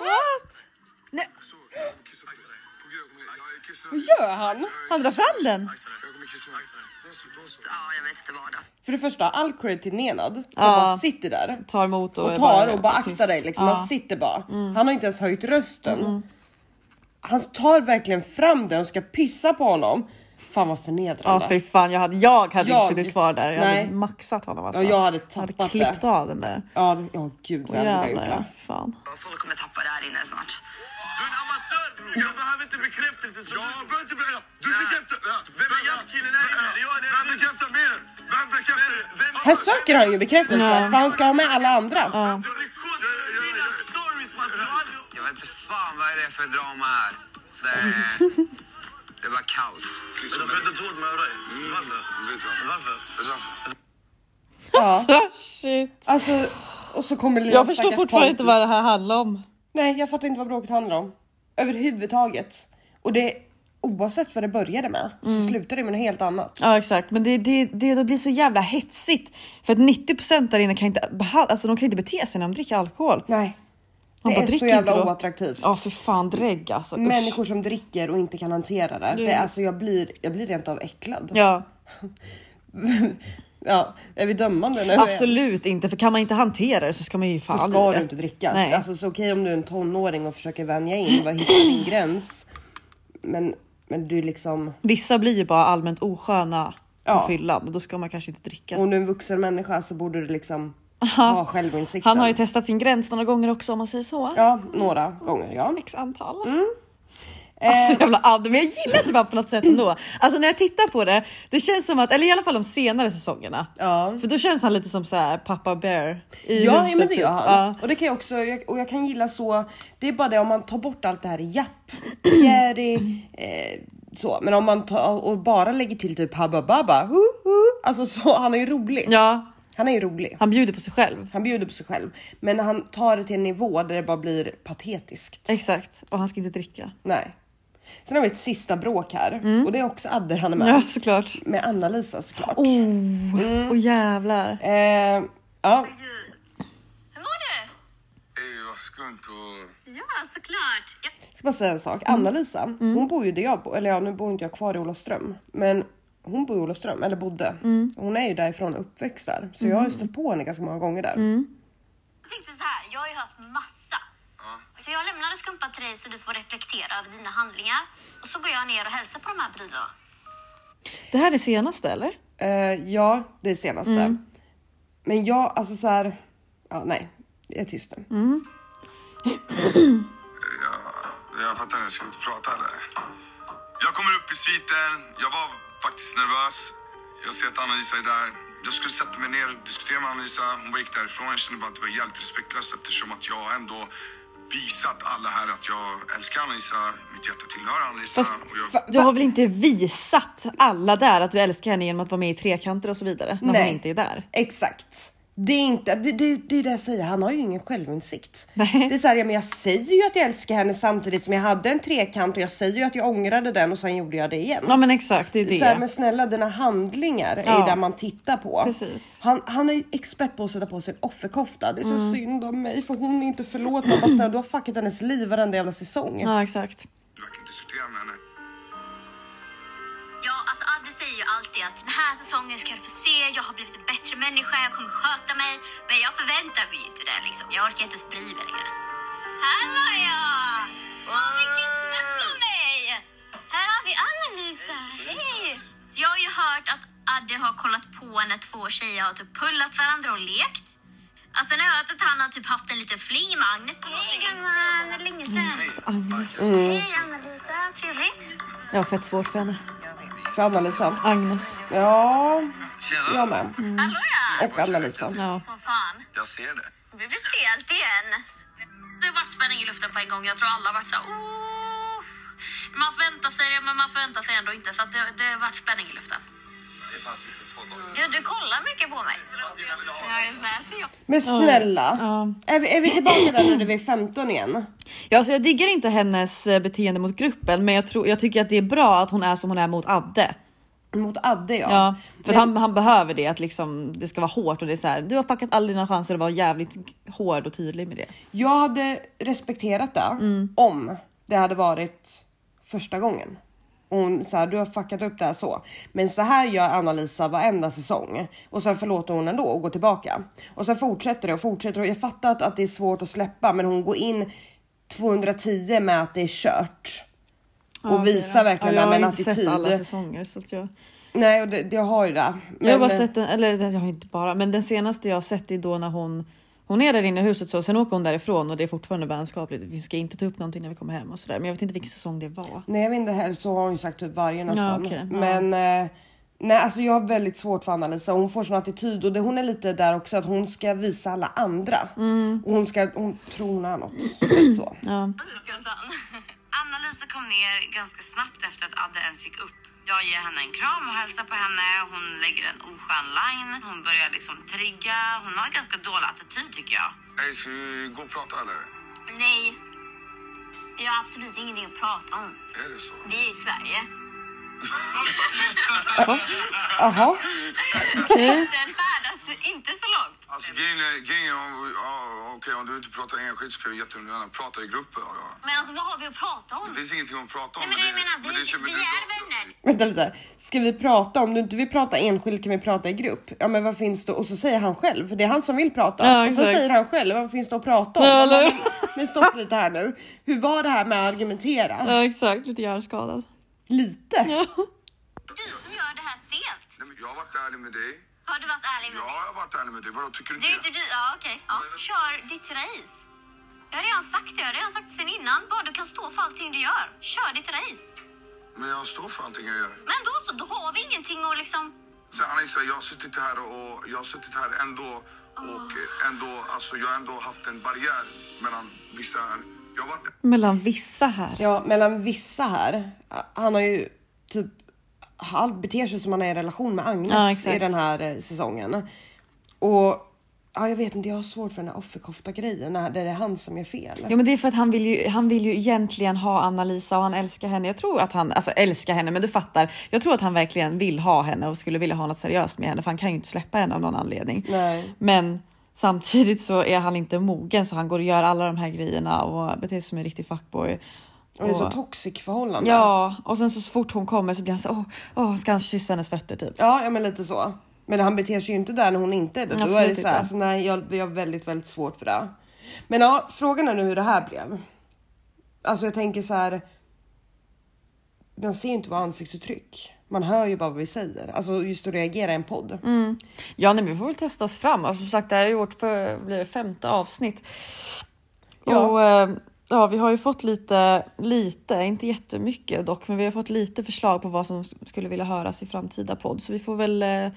Speaker 2: What?
Speaker 3: Så, jag kommer kissa på dig. På Gud, jag kommer... Jag är
Speaker 1: Vad
Speaker 3: kissnödig.
Speaker 1: gör han?
Speaker 2: Han drar fram den.
Speaker 3: Jag kommer kissa på dig. Då så, då så.
Speaker 5: Ja, jag vet inte vad. Alltså.
Speaker 1: För det första, all cred till Nenad som
Speaker 2: Ja.
Speaker 1: bara sitter där.
Speaker 2: Tar emot och,
Speaker 1: och
Speaker 2: är
Speaker 1: tar och bara
Speaker 2: tyst.
Speaker 1: aktar dig liksom.
Speaker 2: Ja. Mm.
Speaker 1: Han sitter bara. Han har inte ens höjt rösten. Han tar verkligen fram den och ska pissa på honom. Fan vad
Speaker 2: Ja
Speaker 1: förnedrande.
Speaker 2: fy fan, jag hade, jag hade
Speaker 1: Jag-
Speaker 2: inte suttit kvar där. Jag
Speaker 1: nej.
Speaker 2: hade maxat honom alltså.
Speaker 1: Ja, jag hade
Speaker 2: Jag
Speaker 1: tappat
Speaker 2: hade klippt
Speaker 1: det.
Speaker 2: av den där.
Speaker 1: Ja, det- ja gud vad jag hade
Speaker 2: Jävlar
Speaker 1: gjort
Speaker 2: ja,
Speaker 1: det.
Speaker 2: fan.
Speaker 5: Folk kommer tappa det här inne snart.
Speaker 6: Du är en amatör bror. Jag behöver inte bekräftelse. Så jag behöver inte bekräftelse. Du bekräftar. Vem är jappkillen här inne? Det är jag eller Vem bekräftar mer? Vem bekräftar? Vem?
Speaker 1: Här söker han ju bekräftelse
Speaker 2: Ja.
Speaker 1: för han ska ha med alla andra.
Speaker 6: Du är kund över mina stories man. Du har aldrig-
Speaker 7: Jag vet inte fan vad det är för drama här. Det, det var kaos.
Speaker 6: Men de får inte tål med dig. Varför?
Speaker 3: Vet du varför?
Speaker 6: Varför?
Speaker 3: Vet du varför?
Speaker 1: Ja.
Speaker 2: Så [LAUGHS] shit.
Speaker 1: Alltså, och så kommer Linas
Speaker 2: Jag förstår
Speaker 1: stackars
Speaker 2: fortfarande
Speaker 1: Pontus.
Speaker 2: inte vad det här handlar om.
Speaker 1: Nej, jag fattar inte vad bråket handlar om. Överhuvudtaget. Och det, oavsett vad det började med, så slutar det med något helt annat.
Speaker 2: Mm. Ja exakt, men det, det, det, det blir så jävla hetsigt. För att 90% där inne kan inte, beha- alltså, de kan inte bete sig när de dricker alkohol.
Speaker 1: Nej.
Speaker 2: Man
Speaker 1: Det
Speaker 2: bara,
Speaker 1: är
Speaker 2: "Drick
Speaker 1: så jävla
Speaker 2: inte då."
Speaker 1: oattraktivt.
Speaker 2: Ja för fan drägg alltså. usch.
Speaker 1: Människor som dricker och inte kan hantera det. det är alltså, jag, blir, jag blir rent av äcklad.
Speaker 2: Ja
Speaker 1: [LAUGHS] Ja, är vi dömande nu?
Speaker 2: absolut inte, för kan man inte hantera det så ska man ju fan
Speaker 1: Då ska
Speaker 2: aldrig
Speaker 1: du
Speaker 2: det.
Speaker 1: inte dricka.
Speaker 2: Nej.
Speaker 1: Alltså, så okej om du är en tonåring och försöker vänja in, vad hittar din gräns? Men, men du är liksom,
Speaker 2: Vissa blir ju bara allmänt osköna
Speaker 1: Ja.
Speaker 2: på fyllan och då ska man kanske inte dricka.
Speaker 1: om du är en vuxen människa så borde du liksom ha självinsikten.
Speaker 2: Han har ju testat sin gräns några gånger också om man säger så.
Speaker 1: Ja, några gånger ja.
Speaker 2: X antal.
Speaker 1: Mm. Eh,
Speaker 2: Alltså jävla adde, men jag gillar det bara på något sätt ändå. Alltså när jag tittar på det, det känns som att, eller i alla fall de senare säsongerna.
Speaker 1: Ja.
Speaker 2: För då känns han lite som så här pappa bear i
Speaker 1: Ja,
Speaker 2: huset.
Speaker 1: ja men det gör
Speaker 2: typ.
Speaker 1: han.
Speaker 2: Ja.
Speaker 1: Och det kan jag också, jag- och jag kan gilla så, det är bara det om man tar bort allt det här i
Speaker 2: [CLEARS THROAT]
Speaker 1: japp, Jerry, eh, så. Men om man tar och bara lägger till typ Habba Babba, hu, hu. alltså så, han är ju rolig.
Speaker 2: ja,
Speaker 1: Han är ju rolig.
Speaker 2: han bjuder på sig själv.
Speaker 1: Han bjuder på sig själv, men han tar det till en nivå där det bara blir patetiskt.
Speaker 2: Exakt, och han ska inte dricka.
Speaker 1: Nej. Sen har vi ett sista bråk här och det är också Adder han är med.
Speaker 2: Mm. Ja såklart.
Speaker 1: Med Anna-Lisa såklart.
Speaker 2: Oh,
Speaker 1: Mm.
Speaker 2: oh jävlar.
Speaker 1: Eh, ja,
Speaker 4: Hur mår du?
Speaker 3: Ey, vad skumt och...
Speaker 4: Ja, såklart. Ja.
Speaker 1: ska bara säga en sak.
Speaker 2: Mm.
Speaker 1: Anna-Lisa, hon bor ju där jag bor. Eller ja, nu bor inte jag kvar i Olofström. Men hon bor i Olofström, eller bodde.
Speaker 2: Mm.
Speaker 1: Hon är ju därifrån och uppväxt där. Så jag har ju stött på henne ganska många gånger där.
Speaker 2: Mm.
Speaker 4: Jag tänkte så här, jag har ju hört massa. Så jag lämnade skumpan till dig så du får reflektera över dina handlingar. Och så går jag ner och hälsar på de här prylarna.
Speaker 2: Det här är senaste eller?
Speaker 1: Eh, ja, det är senaste.
Speaker 2: Mm.
Speaker 1: Men jag, alltså så här. Ja, nej. Jag är tyst nu.
Speaker 2: Mm.
Speaker 3: Jag, jag fattar inte. Ska vi inte prata eller? Jag kommer upp i sviten. Jag var faktiskt nervös. Jag ser att Anna-Lisa är där. Jag skulle sätta mig ner och diskutera med Anna-Lisa. Hon bara gick därifrån. Jag kände bara att det var jävligt respektlöst eftersom att jag ändå visat alla här att jag älskar Anna-Lisa. Mitt hjärta tillhör Anna-Lisa.
Speaker 2: Fast-
Speaker 3: och jag...
Speaker 2: Du har väl inte visat alla där att du älskar henne genom att vara med i trekanter och så vidare när
Speaker 1: Nej.
Speaker 2: hon inte är där?
Speaker 1: Exakt. Det är inte, det, det, det är det jag säger, han har ju ingen självinsikt.
Speaker 2: Nej.
Speaker 1: Det är så här, ja, men jag säger ju att jag älskar henne samtidigt som jag hade en trekant och jag säger ju att jag ångrade den och sen gjorde jag det igen.
Speaker 2: Ja men exakt, det är det.
Speaker 1: Så här, men snälla dina handlingar är
Speaker 2: Ja.
Speaker 1: ju där man tittar på.
Speaker 2: Precis. Mm.
Speaker 1: Han, han är ju expert på att sätta på sig en offerkofta. Det är så synd om mig för hon är inte förlåten. Man bara, snälla, du har fuckat hennes liv varenda jävla säsong.
Speaker 2: Ja exakt.
Speaker 3: vill verkligen diskutera med henne.
Speaker 4: Ja, alltså Adde säger ju alltid att den här säsongen ska du få se, jag har blivit en bättre människa, jag kommer sköta mig. Men jag förväntar mig ju inte det liksom. Jag orkar inte ens bry mig längre. Här var jag! Så mycket snack om mig! Här har vi Anna-Lisa, hej! Så jag har ju hört att Adde har kollat på när två tjejer har typ pullat varandra och lekt. Alltså sen har jag hört att han har typ haft en liten fling med Agnes. Hej gumman, det är länge sedan.
Speaker 2: Agnes.
Speaker 1: Mm.
Speaker 4: Hej Anna-Lisa, trevligt.
Speaker 2: Jag har fett svårt för henne.
Speaker 1: För Anna-Lisa.
Speaker 2: Agnes.
Speaker 1: Ja,
Speaker 7: Tjena.
Speaker 1: jag med.
Speaker 4: Hallå ja!
Speaker 1: Och Anna-Lisa.
Speaker 2: Ja.
Speaker 4: Som fan.
Speaker 7: Jag ser det.
Speaker 4: Det blir stelt igen. Det har varit spänning i luften på en gång. Jag tror alla har varit så här, "Oof." Man förväntar sig det, men man förväntar sig ändå inte. Så att det, det har varit spänning i luften.
Speaker 7: Det fanns inte två gånger.
Speaker 4: Du, du kollar mycket på mig. Ja, det är så jag.
Speaker 1: Men snälla,
Speaker 2: Ja.
Speaker 1: Är, vi, är vi tillbaka där när vi är 15 igen?
Speaker 2: Ja, alltså jag diggar inte hennes eh, beteende mot gruppen, men jag, tror, jag tycker att det är bra att hon är som hon är mot Adde.
Speaker 1: Mot Adde ja.
Speaker 2: Ja, för
Speaker 1: Men-
Speaker 2: att han, han behöver det, att liksom, det ska vara hårt och det är så här. Du har packat alla dina chanser att vara jävligt hård och tydlig med det.
Speaker 1: Jag hade respekterat det om det hade varit första gången. Och Hon så här, du har fuckat upp det här så. Men så här gör Anna-Lisa varenda säsong och sen förlåter hon ändå och går tillbaka. Och sen fortsätter det och fortsätter och jag fattar att, att det är svårt att släppa men hon går in 210 med att det är kört. och visar verkligen
Speaker 2: ja,
Speaker 1: det
Speaker 2: jag
Speaker 1: här
Speaker 2: har
Speaker 1: med en
Speaker 2: inte
Speaker 1: attityd.
Speaker 2: sett alla säsonger så att jag.
Speaker 1: Nej, och det, det har ju det.
Speaker 2: Jag har bara
Speaker 1: Men-
Speaker 2: sett den, eller den- jag har inte bara, men den senaste jag har sett är då när hon hon är där inne i huset så sen åker hon därifrån och det är fortfarande vänskapligt. Vi ska inte ta upp någonting när vi kommer hem och sådär. Men jag vet inte vilken säsong det var.
Speaker 1: Nej jag vet inte heller så har hon ju sagt typ varje nästan.
Speaker 2: okej, ja.
Speaker 1: Men eh, nej alltså jag har väldigt svårt för Anna-Lisa. Hon får sån attityd och det, hon är lite där också att hon ska visa alla andra.
Speaker 2: Mm.
Speaker 1: Och hon ska, hon tror hon är något. Lite så.
Speaker 5: Anna-Lisa kom ner ganska snabbt efter att Adde ens gick upp. Jag ger henne en kram och hälsar på henne. Hon lägger en oskön line. Hon börjar liksom trigga. Hon har en ganska dålig attityd tycker jag.
Speaker 3: Nej, ska vi gå och prata eller?
Speaker 4: Nej, jag har absolut ingenting att prata om.
Speaker 3: Är det så?
Speaker 4: Vi är i Sverige.
Speaker 1: Jaha.
Speaker 4: Den färdas inte så långt.
Speaker 3: Alltså grejen är, grejen är om, ja, okej, om du inte pratar enskilt så kan jag jättegärna prata i grupp. Ja, ja.
Speaker 4: Men alltså, vad har vi att prata om?
Speaker 3: Det finns ingenting att prata om.
Speaker 4: Nej, men jag menar, vi,
Speaker 3: känner
Speaker 4: vi
Speaker 3: du-
Speaker 4: är vänner.
Speaker 1: Vänta lite. Ska vi prata? Om du inte vill prata enskilt kan vi prata i grupp. Ja men vad finns det? Och så säger han själv. För det är han som vill prata.
Speaker 2: Ja,
Speaker 1: och så
Speaker 2: exakt.
Speaker 1: säger han själv. Vad finns det att prata om?
Speaker 2: Ja,
Speaker 1: Man bara,
Speaker 2: eller-
Speaker 1: men, men stopp lite här nu. Hur var det här med att argumentera?
Speaker 2: Ja exakt, lite hjärnskadad.
Speaker 1: Lite.
Speaker 4: Du som gör det här sent.
Speaker 3: Nej, men Jag har varit ärlig med dig.
Speaker 4: Har du varit ärlig med
Speaker 3: Ja,
Speaker 4: mig?
Speaker 3: jag har varit ärlig med dig. Vadå, tycker du
Speaker 4: Du är
Speaker 3: inte
Speaker 4: inte du? Ja, okej. Ja. Kör ditt race. Jag har redan sagt det. Jag har redan sagt det sen innan. Bara du kan stå för allting du gör. Kör ditt race.
Speaker 3: det? Men jag står för allting jag gör.
Speaker 4: Men då så, då har vi ingenting att liksom...
Speaker 3: Så Anissa, jag har suttit här och jag har suttit här ändå och eh, ändå, alltså jag har ändå haft en barriär mellan vissa här. Jag har varit
Speaker 2: [LAUGHS] Mellan vissa här.
Speaker 1: Ja, mellan vissa här. Han har ju typ han beter sig som han är i en relation med
Speaker 2: Ja,
Speaker 1: Agnes
Speaker 2: exakt.
Speaker 1: i den här eh, säsongen. Och ja, jag vet inte, jag har svårt för den här offerkofta grejen när det är han som är fel.
Speaker 2: Ja men det är för att han vill ju, han vill ju egentligen ha Anna-Lisa och han älskar henne. Jag tror att han, alltså älskar henne men du fattar. Jag tror att han verkligen vill ha henne och skulle vilja ha något seriöst med henne för han kan ju inte släppa henne av någon anledning.
Speaker 1: Nej.
Speaker 2: Men samtidigt så är han inte mogen så han går och gör alla de här grejerna och beter sig som en riktig fuckboy.
Speaker 1: Och det är så toxic förhållande.
Speaker 2: Ja, och sen så fort hon kommer så blir han så åh, åh, ska han kyssa hennes fötter typ.
Speaker 1: ja, ja, men lite så. Men han beter sig ju inte där när hon inte är det. Då är det
Speaker 2: Absolut
Speaker 1: så här,
Speaker 2: inte.
Speaker 1: alltså, nej, jag, jag har väldigt, väldigt svårt för det. Men ja, frågan är nu hur det här blev. Alltså jag tänker så här. Man ser ju inte våra ansiktsuttryck. Man hör ju bara vad vi säger. Alltså just att reagera i en podd.
Speaker 2: Mm. Ja, nej, men vi får väl testa oss fram. Alltså, som sagt, det här är vårt för, blir det femte avsnitt.
Speaker 1: Ja.
Speaker 2: Och, eh, ja, vi har ju fått lite, lite, inte jättemycket dock, men vi har fått lite förslag på vad som s- skulle vilja höras i framtida podd. Så vi får väl eh,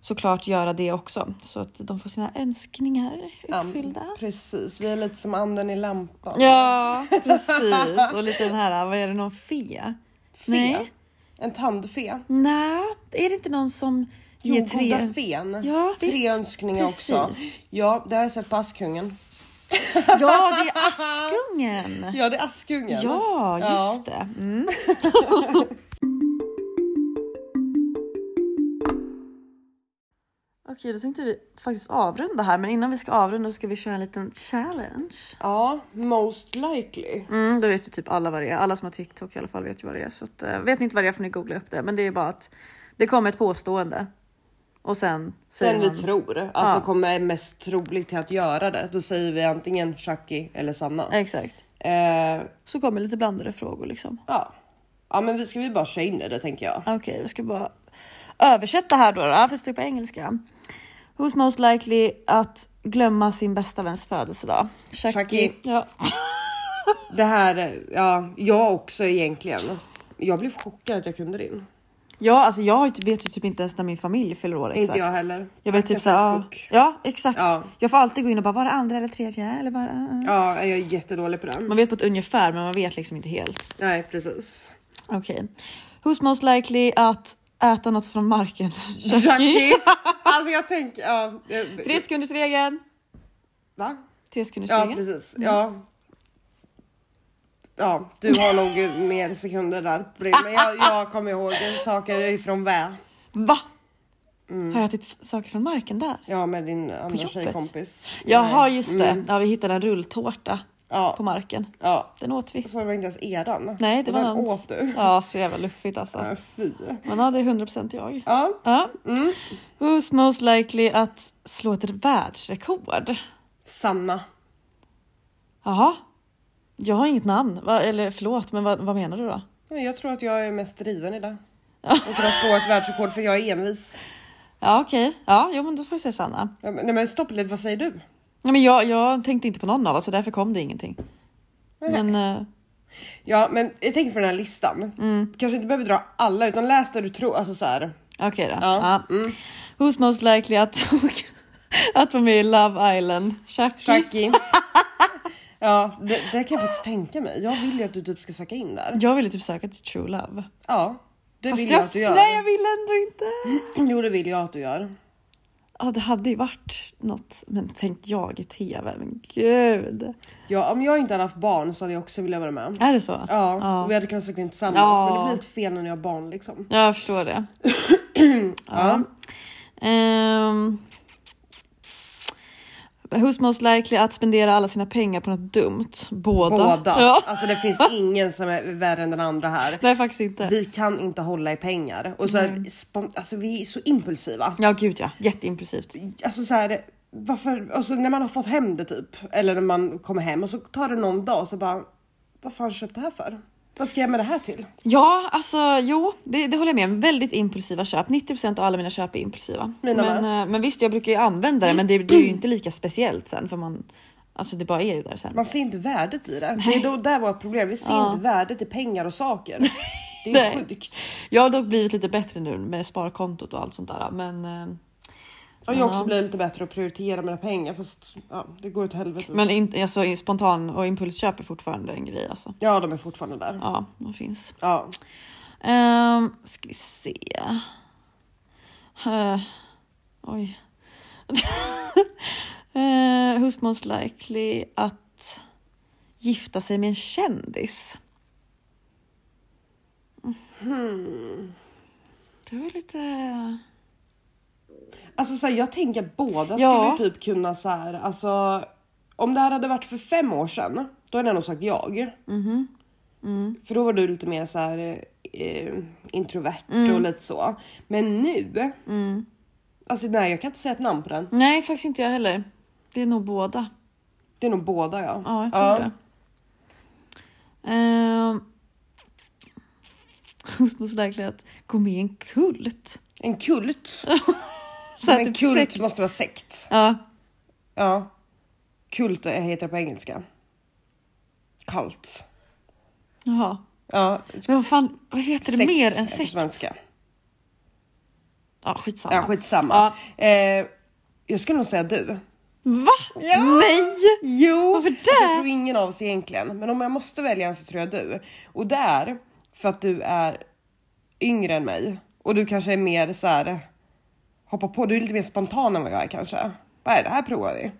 Speaker 2: såklart göra det också så att de får sina önskningar uppfyllda.
Speaker 1: Precis, vi är lite som anden i lampan.
Speaker 2: Ja, precis. Och lite den här, vad är det, någon fe?
Speaker 1: Fe.
Speaker 2: Nej,
Speaker 1: En tandfe.
Speaker 2: nej, är det inte någon som
Speaker 1: Jo,
Speaker 2: ger tre?
Speaker 1: goda fen.
Speaker 2: Ja,
Speaker 1: tre
Speaker 2: visst.
Speaker 1: önskningar
Speaker 2: Precis.
Speaker 1: också. Ja, det har jag sett på Askungen.
Speaker 2: Ja, det är Askungen.
Speaker 1: Ja, det är Askungen.
Speaker 2: Ja, just
Speaker 1: Ja.
Speaker 2: det. Mm. [LAUGHS] Okej, då tänkte vi faktiskt avrunda här, men innan vi ska avrunda så ska vi köra en liten challenge.
Speaker 1: Ja, most likely.
Speaker 2: Mm, då vet ju typ alla vad det är. Alla som har TikTok i alla fall vet ju vad det är. Så att, eh, vet ni inte vad det är får ni googla upp det. Men det är bara att det kommer ett påstående och sen säger
Speaker 1: Den vi
Speaker 2: man.
Speaker 1: tror, alltså
Speaker 2: Ja.
Speaker 1: kommer mest troligt till att göra det. Då säger vi antingen Chucky eller Sanna.
Speaker 2: Exakt.
Speaker 1: Eh,
Speaker 2: Så kommer lite blandade frågor liksom.
Speaker 1: ja. ja, men vi ska vi bara köra in i det tänker jag.
Speaker 2: Okej, jag ska bara översätta här då. då för det står ju på engelska. Who's most likely att glömma sin bästa väns födelsedag? Chucky.
Speaker 1: Chucky.
Speaker 2: Ja.
Speaker 1: Det här, ja, jag också egentligen. Jag blev chockad att jag kunde din.
Speaker 2: ja, alltså jag har ju- vet ju typ inte ens när min familj fyller år. Exakt.
Speaker 1: Inte jag heller.
Speaker 2: Jag vet
Speaker 1: Tacka
Speaker 2: typ såhär, ah,
Speaker 1: Facebook.
Speaker 2: ja exakt.
Speaker 1: Ja.
Speaker 2: Jag får alltid gå in och bara, var det andra eller tredje? Eller bara, ah, ah.
Speaker 1: Ja, jag är jättedålig på det.
Speaker 2: Man vet på ett ungefär men man vet liksom inte helt.
Speaker 1: Nej, precis.
Speaker 2: Okej. Who's most likely att äta något från marken? [LAUGHS] Jackie. [LAUGHS]
Speaker 1: Jackie! alltså jag tänker, ja. eh,
Speaker 2: Tre sekunders regeln.
Speaker 1: Va?
Speaker 2: Tre sekunders
Speaker 1: Ja,
Speaker 2: regeln.
Speaker 1: precis. Ja. Ja, du har nog mer sekunder där. Men jag, jag kommer ihåg saker ifrån Vä.
Speaker 2: Va?
Speaker 1: Mm.
Speaker 2: Har jag ätit f- saker från marken där?
Speaker 1: Ja, med din andra
Speaker 2: jobbet?
Speaker 1: tjejkompis.
Speaker 2: Jaha,
Speaker 1: Nej. Mm.
Speaker 2: just det. Ja, vi hittade en rulltårta
Speaker 1: Ja.
Speaker 2: på marken.
Speaker 1: Ja,
Speaker 2: Den åt vi.
Speaker 1: så det var inte ens eran.
Speaker 2: Nej, det var
Speaker 1: Den
Speaker 2: någons.
Speaker 1: åt du.
Speaker 2: Ja, så jävla luffigt alltså.
Speaker 1: Ja, Fy.
Speaker 2: Men ja, det är 100% jag.
Speaker 1: Ja, Mm.
Speaker 2: Ja. Who's most likely att slå ett världsrekord?
Speaker 1: Sanna.
Speaker 2: Jaha. Jag har inget namn. Va? Eller förlåt, men vad, vad menar du då?
Speaker 1: Ja, Jag tror att jag är mest driven idag. Och för att slå ett världsrekord för jag är envis.
Speaker 2: Ja, okej. Ja, jo, men då får vi säga Sanna.
Speaker 1: Ja, men- Nej men stopp Liv, vad säger du?
Speaker 2: Ja, men jag, jag tänkte inte på någon av oss så därför kom det ingenting. Men eh,
Speaker 1: Ja men jag tänker på den här listan.
Speaker 2: Mm.
Speaker 1: Kanske inte behöver dra alla utan läs där du tror, alltså så här.
Speaker 2: okej då.
Speaker 1: Ja, Mm.
Speaker 2: Ja. Who's most likely att, [LAUGHS] att vara med i Love Island? Chucky?
Speaker 1: Jackie. [LAUGHS] ja det, det kan jag faktiskt tänka mig. Jag vill ju att du typ ska söka in där.
Speaker 2: Jag ville typ söka till True Love.
Speaker 1: Ja. Det
Speaker 2: Fast
Speaker 1: vill
Speaker 2: jag,
Speaker 1: jag att du gör.
Speaker 2: nej, jag vill ändå inte.
Speaker 1: Jo det vill jag att du gör.
Speaker 2: Ja, det hade ju varit något. Men tänk jag i tv. Men gud.
Speaker 1: Ja, om jag inte hade haft barn så hade jag också velat vara med.
Speaker 2: Är det så?
Speaker 1: Ja,
Speaker 2: Ja,
Speaker 1: Och vi hade kunnat söka in tillsammans
Speaker 2: Ja.
Speaker 1: men det blir lite fel när jag har barn liksom.
Speaker 2: Ja, jag
Speaker 1: [CLEARS THROAT]
Speaker 2: förstår det. ja. Ehm. who's most likely att spendera alla sina pengar på något dumt? Båda.
Speaker 1: Båda.
Speaker 2: Ja.
Speaker 1: Alltså det
Speaker 2: [LAUGHS]
Speaker 1: finns ingen som är värre än den andra här.
Speaker 2: Nej, faktiskt inte.
Speaker 1: Vi kan inte hålla i pengar och så här, spon- alltså vi är så impulsiva.
Speaker 2: Ja, gud ja. Jätteimpulsivt.
Speaker 1: Alltså så här, varför? Alltså när man har fått hem det typ eller när man kommer hem och så tar det någon dag och så bara vad fan har jag köpt det här för? Vad ska jag med det här till?
Speaker 2: Ja, alltså jo, det, det håller jag med om. Väldigt impulsiva köp. 90 av alla mina köp är impulsiva.
Speaker 1: Mina
Speaker 2: men, eh, men visst, jag brukar ju använda det, men det, det är ju inte lika speciellt sen för man Alltså det bara är ju där sen.
Speaker 1: Man ser inte värdet i det. Det är då där vårt problem. Vi ser inte värdet i pengar och
Speaker 2: [LAUGHS]
Speaker 1: saker. Det är
Speaker 2: Nej.
Speaker 1: sjukt.
Speaker 2: Jag har dock blivit lite bättre nu med sparkontot och allt sånt där, men eh,
Speaker 1: Och jag har också blivit lite bättre att prioritera mina pengar fast ja, det går åt helvete.
Speaker 2: Men in, alltså, i- spontan och impulsköp är fortfarande en grej alltså.
Speaker 1: Ja, de är fortfarande där.
Speaker 2: Ja, de finns.
Speaker 1: Ja.
Speaker 2: Um, ska vi se. Eh, oj. [LAUGHS] uh, who's most likely att gifta sig med en kändis? Hmm. Det var lite...
Speaker 1: Alltså så här, jag tänker att båda
Speaker 2: Ja.
Speaker 1: skulle typ kunna så här, alltså om det här hade varit för fem år sedan, då hade jag nog sagt jag.
Speaker 2: Mhm. Mm.
Speaker 1: För då var du lite mer så här eh, introvert
Speaker 2: Mm.
Speaker 1: och lite så. Men nu, alltså nej jag kan inte säga ett namn på den.
Speaker 2: Nej, faktiskt inte jag heller. Det är nog båda.
Speaker 1: Det är nog båda ja.
Speaker 2: Ja, jag tror det. Ehm. Who's most likely att gå med i en kult?
Speaker 1: En kult.
Speaker 2: [LAUGHS] Så här,
Speaker 1: Men
Speaker 2: typ
Speaker 1: kult
Speaker 2: sekt.
Speaker 1: måste vara sekt.
Speaker 2: Ja,
Speaker 1: Ja. Kult heter det på engelska. Kult.
Speaker 2: jaha.
Speaker 1: Ja,
Speaker 2: Men vad fan, vad heter det mer än
Speaker 1: på
Speaker 2: sekt?
Speaker 1: svenska.
Speaker 2: Ja, skitsamma.
Speaker 1: Ja, skitsamma. Eh, jag skulle nog säga du.
Speaker 2: Va?
Speaker 1: Ja.
Speaker 2: Nej!
Speaker 1: Jo,
Speaker 2: Varför
Speaker 1: alltså, jag
Speaker 2: det?
Speaker 1: tror ingen av oss egentligen. Men om jag måste välja en så tror jag du. Och det är för att du är yngre än mig och du kanske är mer så här hoppa på. Du är lite mer spontan än vad jag är kanske. Vad är det här provar vi?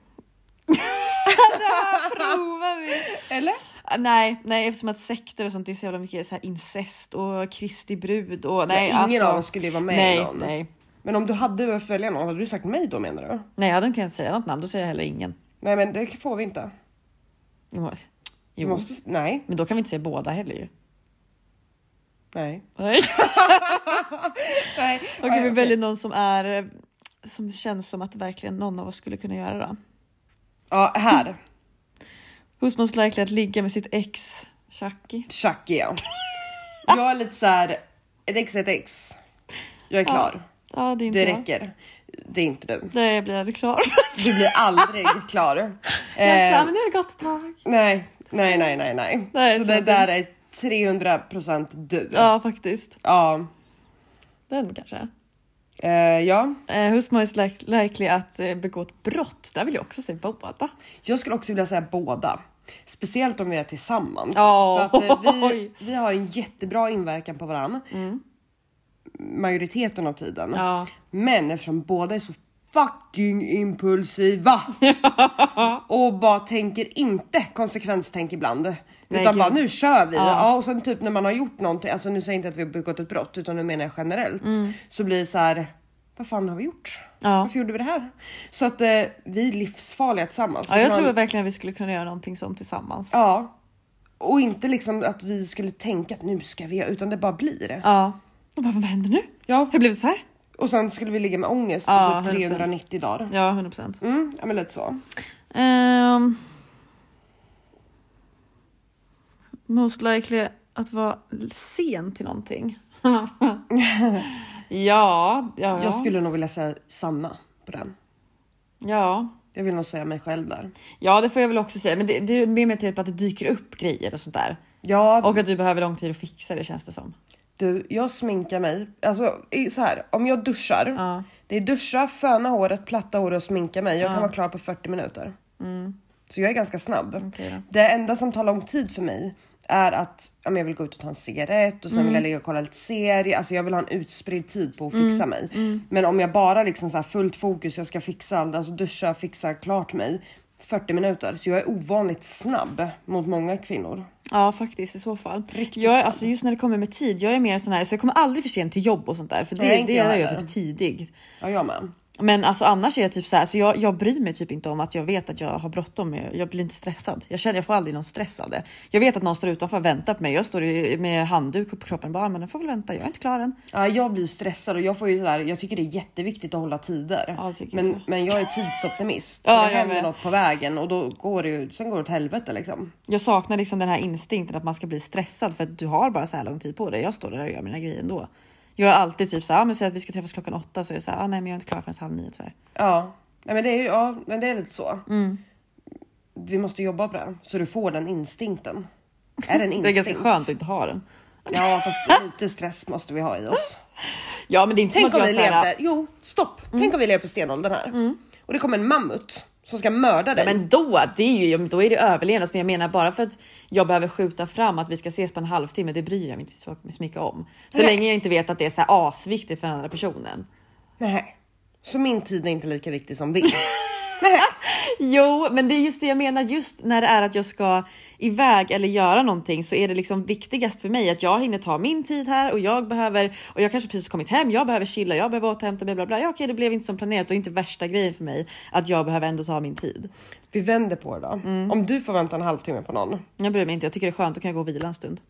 Speaker 2: Provar vi?
Speaker 1: Eller?
Speaker 2: Ah, Nej, nej, eftersom att sekter och sånt det är så jävla mycket så här incest och Kristi brud och nej.
Speaker 1: ingen
Speaker 2: alltså,
Speaker 1: av oss skulle ju vara med i
Speaker 2: nej,
Speaker 1: någon.
Speaker 2: Nej,
Speaker 1: Men om du hade behövt välja någon, hade du sagt mig då menar du?
Speaker 2: nej, jag hade inte kunnat säga något namn. Då säger jag heller ingen.
Speaker 1: Nej, men det får vi inte.
Speaker 2: Jo,
Speaker 1: Vi måste. Nej,
Speaker 2: men då kan vi inte säga båda heller ju.
Speaker 1: nej, [LAUGHS]
Speaker 2: Nej.
Speaker 1: nej.
Speaker 2: Okej,
Speaker 1: Nej,
Speaker 2: vi väljer någon som är eh, som känns som att verkligen någon av oss skulle kunna göra då.
Speaker 1: Ja, här.
Speaker 2: Who's most likely att ligga med sitt ex? Chucky.
Speaker 1: Chucky
Speaker 2: [LAUGHS]
Speaker 1: ja. Jag är lite så här. Ett ex är ett ex. Jag är klar.
Speaker 2: Ja, det är inte
Speaker 1: Det
Speaker 2: jag.
Speaker 1: räcker. Det är inte du.
Speaker 2: Nej, jag blir
Speaker 1: [LAUGHS]
Speaker 2: aldrig klar.
Speaker 1: Du blir
Speaker 2: [LAUGHS]
Speaker 1: aldrig klar.
Speaker 2: jag är så här,
Speaker 1: Eh,
Speaker 2: men nu har det gått ett tag.
Speaker 1: nej, nej, nej, nej, nej.
Speaker 2: Nej,
Speaker 1: så
Speaker 2: så
Speaker 1: det
Speaker 2: dumt.
Speaker 1: där är 300% du.
Speaker 2: Ja, faktiskt.
Speaker 1: Ja.
Speaker 2: Den kanske.
Speaker 1: Eh, ja,
Speaker 2: Eh, who's most like- likely att eh, begå ett brott? Där vill jag också säga båda.
Speaker 1: jag skulle också vilja säga båda. Speciellt om vi är tillsammans.
Speaker 2: Ja.
Speaker 1: För att, eh, vi,
Speaker 2: [LAUGHS] Oj. Mm.
Speaker 1: vi har en jättebra inverkan på varandra. Majoriteten av tiden.
Speaker 2: Ja.
Speaker 1: Men eftersom båda är så fucking
Speaker 2: [LAUGHS]
Speaker 1: impulsiva och bara tänker inte konsekvenstänk ibland.
Speaker 2: Nej,
Speaker 1: utan
Speaker 2: gud.
Speaker 1: bara nu kör vi. Ja. och sen typ när man har gjort någonting, alltså nu säger jag inte att vi har begått ett brott utan nu menar jag generellt. Så blir det så här, vad fan har vi gjort?
Speaker 2: Mm. Ja.
Speaker 1: Varför gjorde vi det här? Så att eh, vi är livsfarliga tillsammans.
Speaker 2: Ja, jag
Speaker 1: Man-
Speaker 2: tror verkligen att vi skulle kunna göra någonting sånt tillsammans.
Speaker 1: Ja. Och inte liksom att vi skulle tänka att nu ska vi, utan det bara blir. det.
Speaker 2: Ja. Och bara, vad händer nu?
Speaker 1: Ja.
Speaker 2: Hur blev det så här?
Speaker 1: Och sen skulle vi ligga med ångest
Speaker 2: Ja,
Speaker 1: i typ
Speaker 2: 100%.
Speaker 1: 390 dagar.
Speaker 2: Ja, 100 procent. Ehm.
Speaker 1: Mm, ja men lite så.
Speaker 2: most likely att vara sen till någonting. [LAUGHS] ja, ja, ja.
Speaker 1: Jag skulle nog vilja säga Sanna på den.
Speaker 2: ja.
Speaker 1: Jag vill nog säga mig själv där.
Speaker 2: Ja, det får jag väl också säga. Men det, det är mer med typ att det dyker upp grejer och sånt där.
Speaker 1: Ja,
Speaker 2: Och att du behöver lång tid att fixa det känns det som.
Speaker 1: du, jag sminkar mig. Alltså i- så här, om jag duschar. Det är duscha, föna håret, platta håret och sminka mig. Jag kan vara klar på 40 minuter. Så jag är ganska snabb.
Speaker 2: Mm. Okej då.
Speaker 1: Det enda som tar lång tid för mig är att ja, men jag vill gå ut och ta en cigarett och sen
Speaker 2: Mm.
Speaker 1: vill jag ligga och kolla lite serie. Alltså jag vill ha en utspridd tid på att fixa mig.
Speaker 2: Mm.
Speaker 1: Men om jag bara liksom så här fullt fokus, jag ska fixa allt, alltså duscha, fixa klart mig. 40 minuter. Så jag är ovanligt snabb mot många kvinnor.
Speaker 2: Ja, faktiskt i så fall. jag är, alltså, just när det kommer med tid, jag är mer sån här så jag kommer aldrig för sent till jobb och sånt där. För det,
Speaker 1: Nej,
Speaker 2: Nej,
Speaker 1: inte
Speaker 2: det
Speaker 1: jag
Speaker 2: är jag
Speaker 1: heller.
Speaker 2: typ tidigt.
Speaker 1: Ja, jag med.
Speaker 2: Men alltså annars är jag typ så här, så jag, jag bryr mig typ inte om att jag vet att jag har bråttom. Jag, jag blir inte stressad. Jag känner jag får aldrig någon stress av det. Jag vet att någon står utanför och väntar på mig. Jag står i- med handduk på kroppen bara, "Ah, men den får väl vänta. Jag är inte klar än.
Speaker 1: Ja, jag blir stressad och jag får ju sådär, jag tycker det är jätteviktigt att hålla tider.
Speaker 2: Ja, det tycker
Speaker 1: men,
Speaker 2: jag.
Speaker 1: men jag är
Speaker 2: [LAUGHS]
Speaker 1: tidsoptimist. så
Speaker 2: Ja,
Speaker 1: det
Speaker 2: jag
Speaker 1: händer
Speaker 2: med.
Speaker 1: något på vägen och då går det ju, sen går det åt helvete liksom.
Speaker 2: Jag saknar liksom den här instinkten att man ska bli stressad för att du har bara så här lång tid på dig. Jag står där och gör mina grejer ändå. Jag är alltid typ så här, ah, men säg att vi ska träffas klockan åtta så är jag så här, ah, nej, men jag är inte klar förrän halv nio tyvärr.
Speaker 1: Ja, Nej, men det är, ju- ja men det är lite så.
Speaker 2: Mm.
Speaker 1: Vi måste jobba på det så du får den
Speaker 2: [LAUGHS]
Speaker 1: instinkten. Är det en instinkt?
Speaker 2: Det är ganska skönt att inte ha den.
Speaker 1: Ja, fast lite stress måste vi ha i
Speaker 2: [GASPS]
Speaker 1: oss.
Speaker 2: Ja, men det är inte
Speaker 1: Tänk
Speaker 2: som
Speaker 1: om
Speaker 2: att
Speaker 1: vi
Speaker 2: jag så här,
Speaker 1: levde, jo stopp,
Speaker 2: Mm.
Speaker 1: tänk om vi lever på stenåldern här och det kommer en mammut som ska mörda dig.
Speaker 2: Men då, det är ju, ja, men då är det överlevnad. Men jag menar bara för att jag behöver skjuta fram att vi ska ses på en halvtimme, det bryr jag mig inte så så mycket om. Så
Speaker 1: Nej.
Speaker 2: länge jag inte vet att det är så här asviktigt för den andra personen.
Speaker 1: Nej. Så min tid är inte lika viktig som
Speaker 2: [LAUGHS]
Speaker 1: din.
Speaker 2: Jo, men det är just det jag menar. Just när det är att jag ska iväg eller göra någonting så är det liksom viktigast för mig att jag hinner ta min tid här och jag behöver och jag kanske precis kommit hem. Jag behöver chilla, jag behöver återhämta mig, bla bla. Ja, okej, det blev inte som planerat och inte värsta grejen för mig att jag behöver ändå ta min tid.
Speaker 1: Vi vänder på det då.
Speaker 2: Mm.
Speaker 1: Om du får vänta en halvtimme på någon.
Speaker 2: Jag bryr mig inte. Jag tycker det är skönt. Då kan jag gå och vila en stund.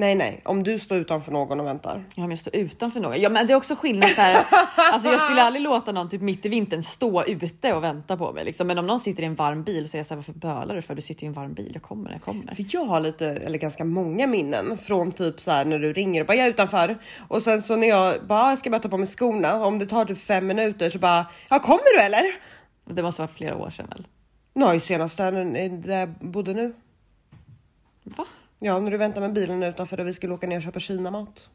Speaker 1: Nej, nej, om du står utanför någon och väntar.
Speaker 2: Ja, men jag står utanför någon. Ja, men det är också skillnad. Så här, alltså, jag skulle aldrig låta någon typ mitt i vintern stå ute och vänta på mig. Liksom. Men om någon sitter i en varm bil så är jag så här, varför bölar du för? Du sitter i en varm bil. Jag kommer, jag kommer.
Speaker 1: För jag har lite, eller ganska många minnen från typ så här när du ringer och bara jag är utanför och sen så när jag bara jag ska bara ta på mig skorna och om det tar typ fem minuter så bara ja kommer du eller?
Speaker 2: Det måste ha varit flera år sedan väl?
Speaker 1: Nej, senast där, där jag bodde nu.
Speaker 2: Va?
Speaker 1: Ja, när du väntar med bilen utanför och vi skulle åka ner och köpa kinamat.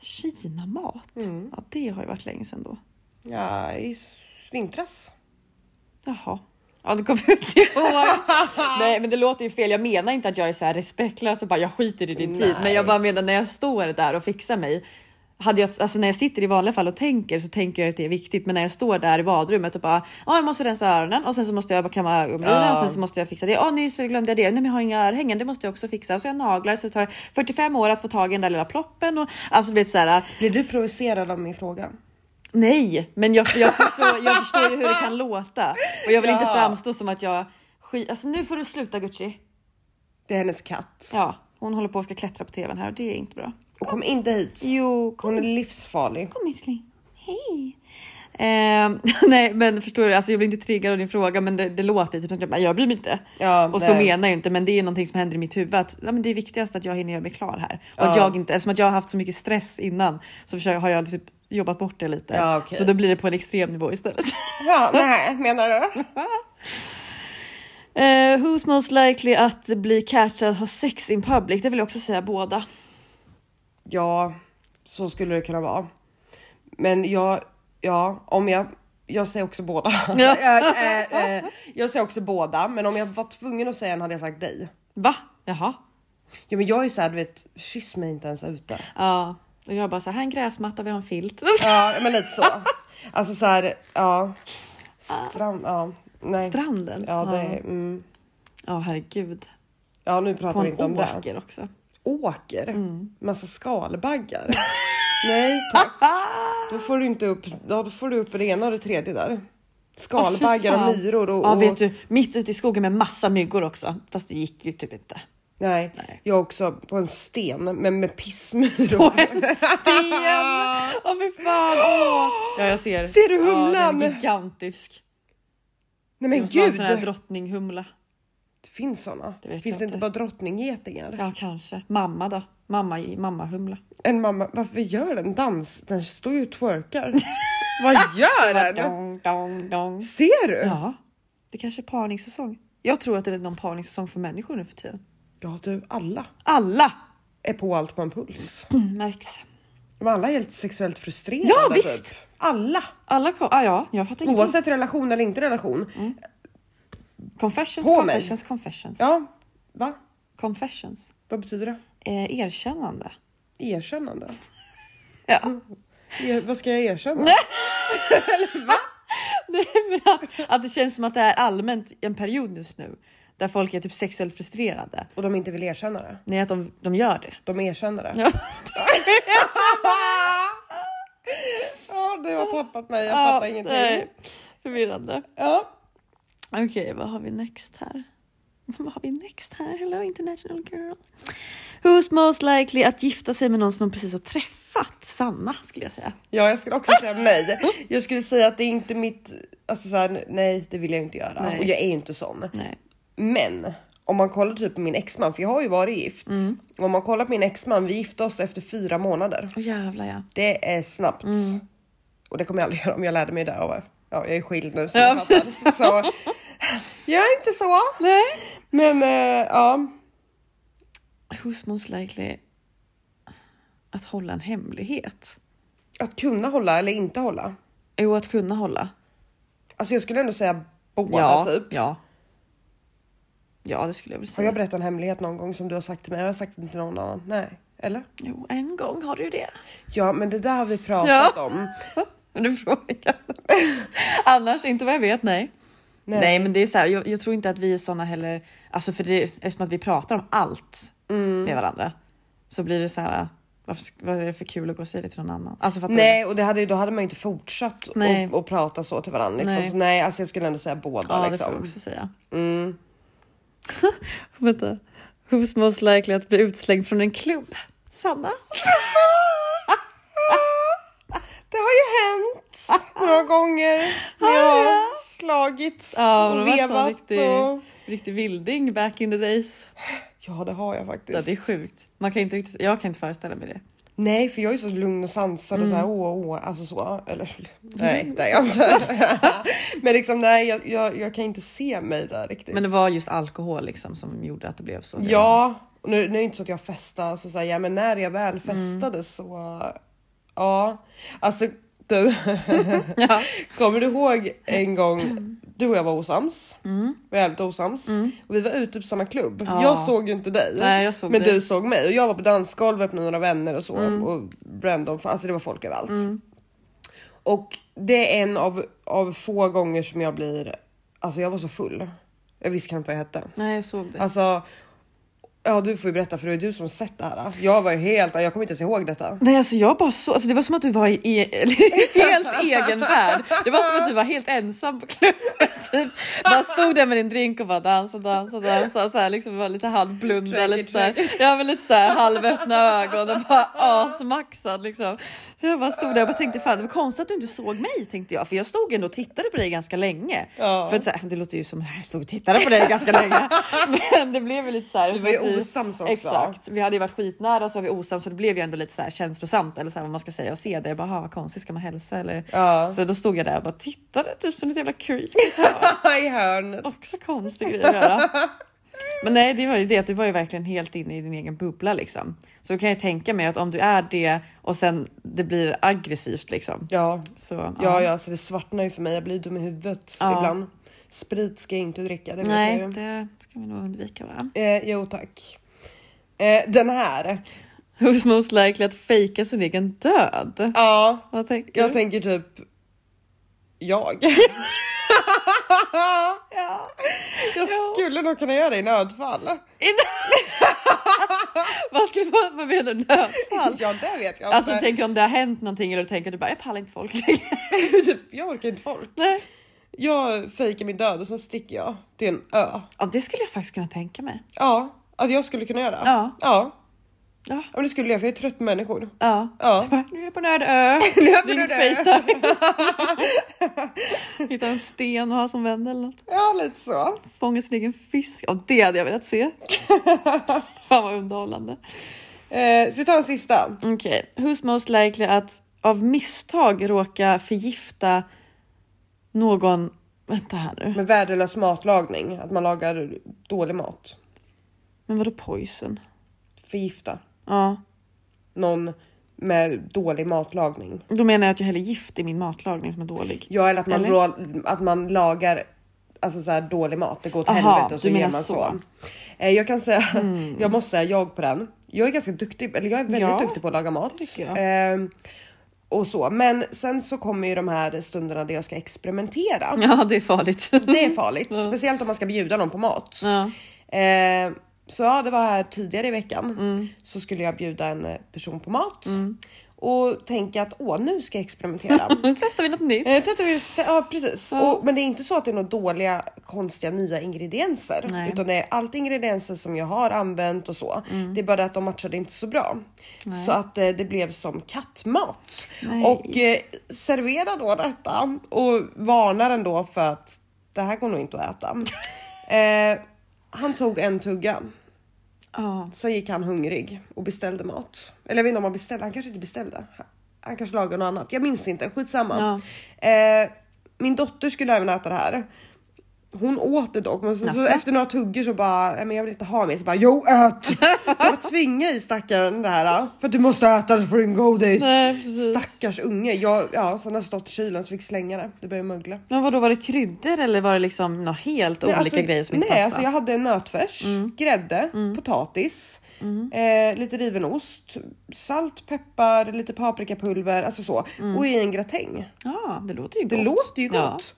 Speaker 2: Kinamat? Ja, det har ju varit länge sedan då.
Speaker 1: Ja, i s- vintras.
Speaker 2: Jaha. Ja, det kommer jag inte ihåg. Nej, men det låter ju fel. Jag menar inte att jag är så här respektlös och bara jag skiter i din tid, men jag bara menar när jag står där och fixar mig. Hade jag, alltså när jag sitter i vanliga fall och tänker så tänker jag att det är viktigt, men när jag står där i badrummet och bara ja, jag måste rensa öronen och sen så måste jag bara kamma ögonbrynen och sen så måste jag fixa det. Ja, nyss glömde jag det. Nej, men jag har inga örhängen. Det måste jag också fixa. Och så har jag naglar så det tar 45 år att få tag i den där lilla ploppen och alltså du vet så här.
Speaker 1: Blir du provocerad av min fråga?
Speaker 2: Nej, men jag, jag, förstår,
Speaker 1: [LAUGHS]
Speaker 2: jag förstår ju hur det kan låta och jag vill inte framstå som att jag skit. Alltså nu får du sluta Gucci.
Speaker 1: Det är hennes katt.
Speaker 2: Ja, hon håller på att ska klättra på tvn här och det är inte bra.
Speaker 1: Och kom inte hit.
Speaker 2: Jo, kom,
Speaker 1: Hon är livsfarlig.
Speaker 2: kom Missling. Hej. Ehm, [LAUGHS] nej, men förstår du? Alltså, jag blir inte triggad av din fråga, men det, det låter typ som att jag, bara, jag bryr mig inte.
Speaker 1: Ja,
Speaker 2: och så
Speaker 1: nej.
Speaker 2: menar jag inte, men det är någonting som händer i mitt huvud att ja, men det är viktigast att jag hinner göra mig klar här och
Speaker 1: Ja.
Speaker 2: att jag inte eftersom att jag har haft så mycket stress innan så försöker, har jag typ jobbat bort det lite
Speaker 1: Ja, okej.
Speaker 2: så då blir det på en extrem
Speaker 1: [LAUGHS]
Speaker 2: nivå istället.
Speaker 1: Ja, nej, menar du?
Speaker 2: Eh, who's most likely att bli catchad ha sex in public? Det vill jag också säga båda.
Speaker 1: Ja, så skulle det kunna vara. Men jag, ja, om jag Jag säger också [LAUGHS] båda.
Speaker 2: Ja.
Speaker 1: Eh, eh, eh, jag säger också båda, men om jag var tvungen att säga en hade jag sagt dig.
Speaker 2: Va? Jaha.
Speaker 1: Ja, men jag är ju såhär, du vet, kyss mig inte ens ute.
Speaker 2: Ja. Och jag bara så här, här är en gräsmatta, vi har en filt.
Speaker 1: Ja, men lite så. Alltså såhär, ja. Strand, ja. Nej.
Speaker 2: Stranden?
Speaker 1: Ja, det,
Speaker 2: Ja.
Speaker 1: mm.
Speaker 2: Ja, herregud.
Speaker 1: ja nu pratar
Speaker 2: På
Speaker 1: vi
Speaker 2: en
Speaker 1: inte om det.
Speaker 2: åker också.
Speaker 1: åker.
Speaker 2: Mm.
Speaker 1: Massa
Speaker 2: [LAUGHS]
Speaker 1: skalbaggar. Nej tack. Då får du inte upp, ja, då får du upp det ena och det tredje där.
Speaker 2: Åh, fy
Speaker 1: Skalbaggar
Speaker 2: fan.
Speaker 1: och myror och...
Speaker 2: Ja,
Speaker 1: och
Speaker 2: vet du, mitt ute i skogen med massa myggor också. Fast det gick ju typ inte.
Speaker 1: Nej,
Speaker 2: Nej.
Speaker 1: jag också på en sten men med pissmyror.
Speaker 2: På en sten! Åh fy fan! Åh. Ja, jag ser.
Speaker 1: Ser du
Speaker 2: Ja, den
Speaker 1: humlan?
Speaker 2: är gigantisk.
Speaker 1: Nej
Speaker 2: Det
Speaker 1: men
Speaker 2: måste vara en
Speaker 1: gud!
Speaker 2: sån här drottninghumla.
Speaker 1: det finns såna.
Speaker 2: Det vet
Speaker 1: finns
Speaker 2: jag
Speaker 1: det inte
Speaker 2: inte.
Speaker 1: bara drottninggetingar?
Speaker 2: Ja, kanske. Mamma då? Mamma i mammahumla.
Speaker 1: En mamma, varför gör den dans? Den står ju och
Speaker 2: [LAUGHS]
Speaker 1: twerkar. Vad gör den?
Speaker 2: Dong, dong, dong.
Speaker 1: Ser du? Ja.
Speaker 2: Ja, det kanske är parningssäsong. Jag tror att det är någon parningssäsong för människor nu för tiden.
Speaker 1: du, alla [CLEARS THROAT]
Speaker 2: Alla
Speaker 1: är på allt på en puls.
Speaker 2: märks.
Speaker 1: De alla är helt sexuellt frustrerade.
Speaker 2: Ja, visst.
Speaker 1: Typ. Alla!
Speaker 2: Alla kom, ah, ja, jag fattar ingenting.
Speaker 1: Oavsett relation eller inte relation.
Speaker 2: Mm. Confessions,
Speaker 1: På mig.
Speaker 2: confessions, confessions.
Speaker 1: Ja, va?
Speaker 2: Confessions.
Speaker 1: Vad betyder det?
Speaker 2: Eh, erkännande.
Speaker 1: Erkännande?
Speaker 2: Ja.
Speaker 1: Er, vad ska jag erkänna?
Speaker 2: Att det känns som att det är allmänt en period just nu där folk är typ sexuellt frustrerade.
Speaker 1: Och de inte vill erkänna det.
Speaker 2: Nej, att de, de gör det.
Speaker 1: De erkänner det.
Speaker 2: Ja.
Speaker 1: [LAUGHS] Ja, du har tappat mig. Jag
Speaker 2: Ja,
Speaker 1: fattar ingenting.
Speaker 2: nej. Förvirrande.
Speaker 1: Ja.
Speaker 2: Okej, vad har vi next här? [LAUGHS] Vad har vi next här? Hello international girl. Who's most likely att gifta sig med någon som de precis har träffat? Sanna skulle jag säga.
Speaker 1: ja, jag skulle också säga nej. Jag skulle säga att det är inte mitt... Alltså så här, nej, det vill jag inte göra.
Speaker 2: Nej.
Speaker 1: Och jag är ju inte sån.
Speaker 2: Nej.
Speaker 1: Men om man kollar typ på min exman, för jag har ju varit gift.
Speaker 2: Mm.
Speaker 1: Och om man kollar på min exman, vi gifte oss efter fyra månader.
Speaker 2: Åh jävlar ja.
Speaker 1: Det är snabbt.
Speaker 2: Mm.
Speaker 1: Och det kommer jag aldrig [LAUGHS] göra om jag lärde mig det av Ja, jag är skild nu så,
Speaker 2: Ja,
Speaker 1: jag fattar.
Speaker 2: precis.
Speaker 1: så [LAUGHS] jag är inte så.
Speaker 2: Nej.
Speaker 1: Men eh, ja,
Speaker 2: Who's most likely att hålla en hemlighet?
Speaker 1: att kunna hålla eller inte hålla.
Speaker 2: Jo, att kunna hålla.
Speaker 1: Alltså jag skulle ändå säga båda typ.
Speaker 2: ja. Ja, det skulle jag väl
Speaker 1: Har
Speaker 2: säga.
Speaker 1: jag berättat en hemlighet någon gång som du har sagt till mig? Jag har sagt det till någon annan. Nej, eller?
Speaker 2: Jo, en gång har du ju det.
Speaker 1: Ja, men det där har vi pratat
Speaker 2: Ja.
Speaker 1: om.
Speaker 2: Men du frågar. Annars inte vad jag vet, nej. Nej, men det är så här, jag, jag tror inte att vi är såna heller, alltså för det, eftersom att vi pratar om allt
Speaker 1: Mm.
Speaker 2: med varandra så blir det så här, varför, sk- vad är det för kul att gå och säga det till någon annan? Alltså fattar
Speaker 1: Nej, och det hade, ju- då hade man ju inte fortsatt
Speaker 2: Nej.
Speaker 1: och, och prata så till varandra. Liksom.
Speaker 2: Nej.
Speaker 1: Nej. Så, nej, alltså jag skulle ändå säga båda.
Speaker 2: du? Ja, det får jag
Speaker 1: liksom. Mm.
Speaker 2: också säga. [LAUGHS] Vänta. Who's most likely att bli utslängd från en klubb? Sanna?
Speaker 1: Det har ju hänt
Speaker 2: [LAUGHS]
Speaker 1: några gånger. Vi har slagits
Speaker 2: Ja, [LAUGHS] hon
Speaker 1: och
Speaker 2: har varit sån
Speaker 1: vevat.
Speaker 2: riktig,
Speaker 1: Och...
Speaker 2: riktig vilding back in the days.
Speaker 1: Ja, det har jag faktiskt.
Speaker 2: Ja, det är sjukt. Man kan inte riktigt, jag kan inte föreställa mig det.
Speaker 1: Nej, för jag är så lugn och sansad och så här
Speaker 2: Mm.
Speaker 1: åh, åh, alltså så. Eller [LAUGHS] nej, det är jag inte. [LAUGHS] Men liksom nej, jag, jag, jag kan inte se mig där riktigt.
Speaker 2: Men det var just alkohol liksom som gjorde att alltså, det blev så.
Speaker 1: Ja, och nu, nu är det inte så att jag festar, så säger ja, men när jag
Speaker 2: Mm.
Speaker 1: väl festade så ja, alltså du.
Speaker 2: [LAUGHS] Ja.
Speaker 1: Kommer du ihåg en gång du och jag var osams? Mm. Vi var jävligt osams och vi var ute på samma klubb.
Speaker 2: Mm. Ja.
Speaker 1: Jag såg ju inte dig,
Speaker 2: Nej, jag såg
Speaker 1: men
Speaker 2: dig. Mm.
Speaker 1: du såg mig och jag var på dansgolvet med några vänner och så och random, alltså det var folk överallt. Och det är en av, av få gånger som jag blir, alltså jag var så full. Jag visste knappt vad jag hette.
Speaker 2: Nej, jag såg det.
Speaker 1: Alltså, ja du får ju berätta för det är du som har sett det här. Jag var ju helt, jag kommer inte ens ihåg detta.
Speaker 2: Nej, alltså jag bara så, alltså det var som att du var i e- eller [LAUGHS] helt egen värld. Det var som att du var helt ensam på klubben. Typ. Bara stod där med din drink och bara dansa, dansa, dansa. Så här, liksom var lite halvblunda,
Speaker 1: Tracker,
Speaker 2: lite så här, ja, men lite så här, halvöppna ögon och bara asmaxad liksom. Så jag bara stod där och bara tänkte fan det var konstigt att du inte såg mig tänkte jag. För jag stod ändå och tittade på dig ganska länge.
Speaker 1: Ja.
Speaker 2: För att, så här, det låter ju som att jag stod och tittade på dig ganska [LAUGHS] länge. Men det blev ju lite så här.
Speaker 1: Vi var ju
Speaker 2: som att vi-
Speaker 1: osams också.
Speaker 2: Exakt, vi hade ju varit skitnära och så var vi osams så det blev ju ändå lite så här känslosamt eller så här vad man ska säga och se det. Jag bara, "Ha, vad konstigt, ska man hälsa eller?
Speaker 1: Ja.
Speaker 2: Så då stod jag där och bara tittade typ som ett jävla creep i ett hörn.
Speaker 1: I hörnet. [LAUGHS]
Speaker 2: Också konstig grej att göra. Men nej, det var ju det att du var ju verkligen helt inne i din egen bubbla liksom. Så då kan jag tänka mig att om du är det och sen det blir aggressivt liksom.
Speaker 1: Ja,
Speaker 2: Så,
Speaker 1: ja, ja alltså det svartnar ju för mig. Jag blir dum i huvudet
Speaker 2: Ja.
Speaker 1: ibland. Sprit ska jag inte dricka, det vet jag
Speaker 2: Nej,
Speaker 1: ju.
Speaker 2: det ska vi nog undvika va?
Speaker 1: Eh, jo tack. Eh, den här.
Speaker 2: Who's most likely att fejka sin egen död?
Speaker 1: Ja,
Speaker 2: Vad tänker
Speaker 1: jag
Speaker 2: du?
Speaker 1: tänker typ jag. ja. Jag skulle nog kunna göra det i nödfall.
Speaker 2: vad, skulle, vad, vad menar du? Nödfall?
Speaker 1: [LAUGHS] Ja, det vet jag
Speaker 2: Alltså
Speaker 1: inte.
Speaker 2: tänker om det har hänt någonting eller du tänker du bara jag pallar inte folk längre.
Speaker 1: [LAUGHS] typ, jag orkar inte folk.
Speaker 2: Nej.
Speaker 1: Jag fejkar min död och så sticker jag till en ö.
Speaker 2: Ja, det skulle jag faktiskt kunna tänka mig.
Speaker 1: Ja, att jag skulle kunna göra.
Speaker 2: Ja.
Speaker 1: Ja.
Speaker 2: Ja.
Speaker 1: men det skulle jag för jag är trött på människor.
Speaker 2: Ja,
Speaker 1: Ja.
Speaker 2: Så bara, nu är jag på en öde
Speaker 1: [LAUGHS]
Speaker 2: ö. Ring Facetime. Hitta en sten och ha som vän eller något.
Speaker 1: Ja, lite så.
Speaker 2: Fånga sin egen fisk. Ja, det hade jag
Speaker 1: [LAUGHS]
Speaker 2: velat se. Fan vad underhållande.
Speaker 1: Eh, ska vi ta en sista?
Speaker 2: Okej, who's most likely att av misstag råka förgifta någon? Vänta här nu.
Speaker 1: Med värdelös matlagning, att man lagar dålig mat.
Speaker 2: Men vadå poison?
Speaker 1: Förgifta
Speaker 2: Ja,
Speaker 1: någon med dålig matlagning.
Speaker 2: då menar jag att jag häller gift i min matlagning som är dålig.
Speaker 1: Ja, eller att man,
Speaker 2: Eller?
Speaker 1: rå- att man lagar alltså så här, dålig mat. Det går åt
Speaker 2: Aha,
Speaker 1: helvete och så
Speaker 2: du
Speaker 1: ger
Speaker 2: menar
Speaker 1: man så.
Speaker 2: så. Mm.
Speaker 1: Eh, jag kan säga, [LAUGHS] jag måste säga jag på den. Jag är ganska duktig, eller jag är väldigt
Speaker 2: Ja,
Speaker 1: duktig på att laga mat.
Speaker 2: tycker
Speaker 1: Eh, och så, men sen så kommer ju de här stunderna där jag ska experimentera.
Speaker 2: Ja, det
Speaker 1: [LAUGHS]
Speaker 2: är farligt.
Speaker 1: Det är farligt, speciellt om man ska bjuda någon på mat.
Speaker 2: Ja.
Speaker 1: Eh, så ja, det var här tidigare i veckan
Speaker 2: Mm.
Speaker 1: så skulle jag bjuda en eh, person på mat och tänka att åh, nu ska jag experimentera.
Speaker 2: Testar vi något nytt?
Speaker 1: Eh, tvättar vi just- Ja precis. Och, men det är inte så att det är några dåliga konstiga nya ingredienser.
Speaker 2: Nej.
Speaker 1: Utan det är allt ingredienser som jag har använt och så.
Speaker 2: Mm.
Speaker 1: Det är bara det att de matchade inte så bra. Så att eh, det blev som kattmat.
Speaker 2: Nej.
Speaker 1: Och eh, servera då detta och varnar den då för att det här går nog inte att
Speaker 2: [LAUGHS]
Speaker 1: äta. eh, han tog en tugga.
Speaker 2: Ja,
Speaker 1: Sen gick han hungrig och beställde mat. Eller jag vet inte om han beställde, han kanske inte beställde. Han- Han kanske lagade något annat. Jag minns inte, skitsamma. Eh, min dotter skulle även äta det här. Hon åt det dock, men så, så
Speaker 2: Jaså?
Speaker 1: efter några tuggor så bara, "Nej, men jag vill inte ha mer. Så bara, jo
Speaker 2: [LAUGHS]
Speaker 1: ät! Så jag tvingade i stackaren det här. För att du måste äta det för din godis.
Speaker 2: Nej, precis.
Speaker 1: Stackars unge. Jag, ja, så han har stått i kylen så fick slänga det. Det började mögla.
Speaker 2: Men vadå, var det kryddor eller var det liksom något helt olika
Speaker 1: alltså,
Speaker 2: grejer som inte Mm.
Speaker 1: Nej,
Speaker 2: passade?
Speaker 1: alltså jag hade nötfärs, grädde, potatis,
Speaker 2: Mm.
Speaker 1: eh, lite riven ost, salt, peppar, lite paprikapulver, alltså så. Och i en gratäng.
Speaker 2: Ja, det låter ju Mm.
Speaker 1: Det
Speaker 2: gott.
Speaker 1: låter ju
Speaker 2: Ja.
Speaker 1: gott.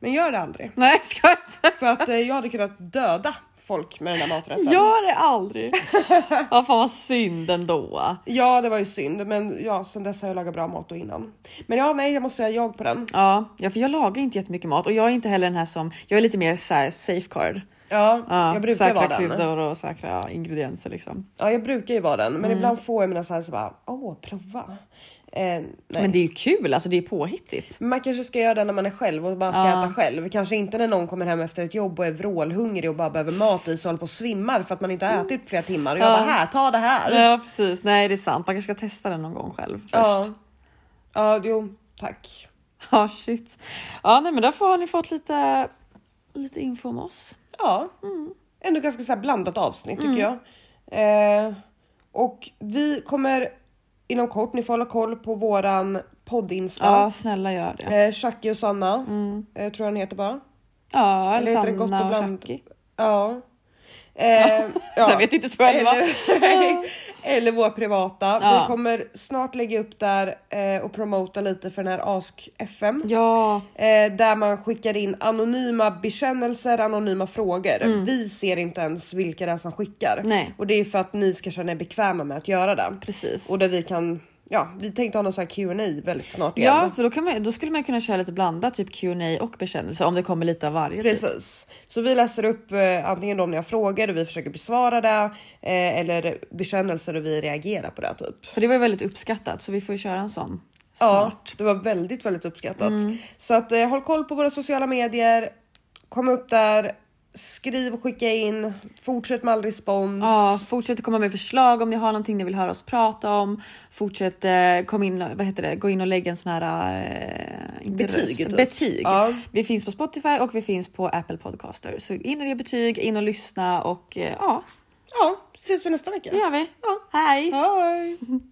Speaker 1: Men gör det aldrig.
Speaker 2: [LAUGHS] Nej, ska jag inte.
Speaker 1: För att eh, jag hade kunnat döda folk med den där maträtten.
Speaker 2: Gör det aldrig. [LAUGHS] Ja, fan vad synd ändå.
Speaker 1: Ja, det var ju synd, men ja, sen dess har jag lagat bra mat och innan. Men ja, nej, jag måste säga jag på den.
Speaker 2: Ja, ja, för jag lagar inte jättemycket mat och jag är inte heller den här som, jag är lite mer så här safeguard.
Speaker 1: Ja,
Speaker 2: Ja,
Speaker 1: jag brukar vara
Speaker 2: säkra
Speaker 1: den.
Speaker 2: kryddor och säkra ja, ingredienser liksom.
Speaker 1: Ja, jag brukar ju vara den, men
Speaker 2: Mm.
Speaker 1: ibland får jag mina så här så bara, åh, prova. Eh, nej.
Speaker 2: Men det är ju kul, alltså det är påhittigt.
Speaker 1: Man kanske ska göra det när man är själv och bara ska äta själv. Kanske inte när någon kommer hem efter ett jobb och är vrålhungrig och bara behöver mat i sig och håller på och svimmar för att man inte har ätit på flera timmar. Och jag bara här, ta det här.
Speaker 2: Ja, precis. Nej, det är sant. Man kanske ska testa den någon gång själv först.
Speaker 1: Ja.
Speaker 2: Ja,
Speaker 1: ja, jo, tack.
Speaker 2: [LAUGHS] shit. Ja, nej, men därför har ni fått lite, lite info om oss.
Speaker 1: Ja, ändå ganska så här blandat avsnitt tycker jag. Eh, och vi kommer inom kort, ni får hålla koll på våran
Speaker 2: Ja,
Speaker 1: poddinsta.
Speaker 2: snälla gör det.
Speaker 1: Eh, Chucky och Sanna, eh, tror jag den heter bara.
Speaker 2: Ja,
Speaker 1: Eller
Speaker 2: eller
Speaker 1: heter det Gott
Speaker 2: Sanna
Speaker 1: och
Speaker 2: och
Speaker 1: bland-
Speaker 2: Chucky.
Speaker 1: Ja. Eh,
Speaker 2: [LAUGHS] Så jag vet inte själva. [LAUGHS]
Speaker 1: Eller, eller vår privata.
Speaker 2: Ja.
Speaker 1: Vi kommer snart lägga upp där eh, och promota lite för den här Ask FM.
Speaker 2: Ja,
Speaker 1: Eh, där man skickar in anonyma bekännelser, anonyma frågor. Vi ser inte ens vilka det är som skickar.
Speaker 2: Mm. Nej.
Speaker 1: Och det är för att ni ska känna er bekväma med att göra det.
Speaker 2: precis.
Speaker 1: Och där vi kan, ja vi tänkte ha någon sån här Q&A väldigt snart igen.
Speaker 2: Ja, för då, kan man, då skulle man kunna köra lite blandat, typ Q&A och bekännelse om det kommer lite av varje. Typ.
Speaker 1: Precis. Så vi läser upp eh, antingen de ni har frågor och vi försöker besvara det eh, eller bekännelser och vi reagerar på det typ.
Speaker 2: För det var ju väldigt uppskattat så vi får ju köra en sån snart.
Speaker 1: Ja, det var väldigt, väldigt uppskattat. Så att eh, håll koll på våra sociala medier. Kom upp där, Skriv och skicka in. Fortsätt med all respons.
Speaker 2: Ja, fortsätt att komma med förslag om ni har någonting ni vill höra oss prata om. Fortsätt eh, kom in, vad heter det? gå in och lägga en sån här... Eh, inte
Speaker 1: Betyg,
Speaker 2: röst,
Speaker 1: typ.
Speaker 2: betyg.
Speaker 1: Ja.
Speaker 2: Vi finns på Spotify och vi finns på Apple Podcaster. Så in och ge betyg, in och lyssna och eh, ja,
Speaker 1: Ja, ses vi nästa vecka.
Speaker 2: det gör vi.
Speaker 1: Ja.
Speaker 2: Hej!
Speaker 1: Hej!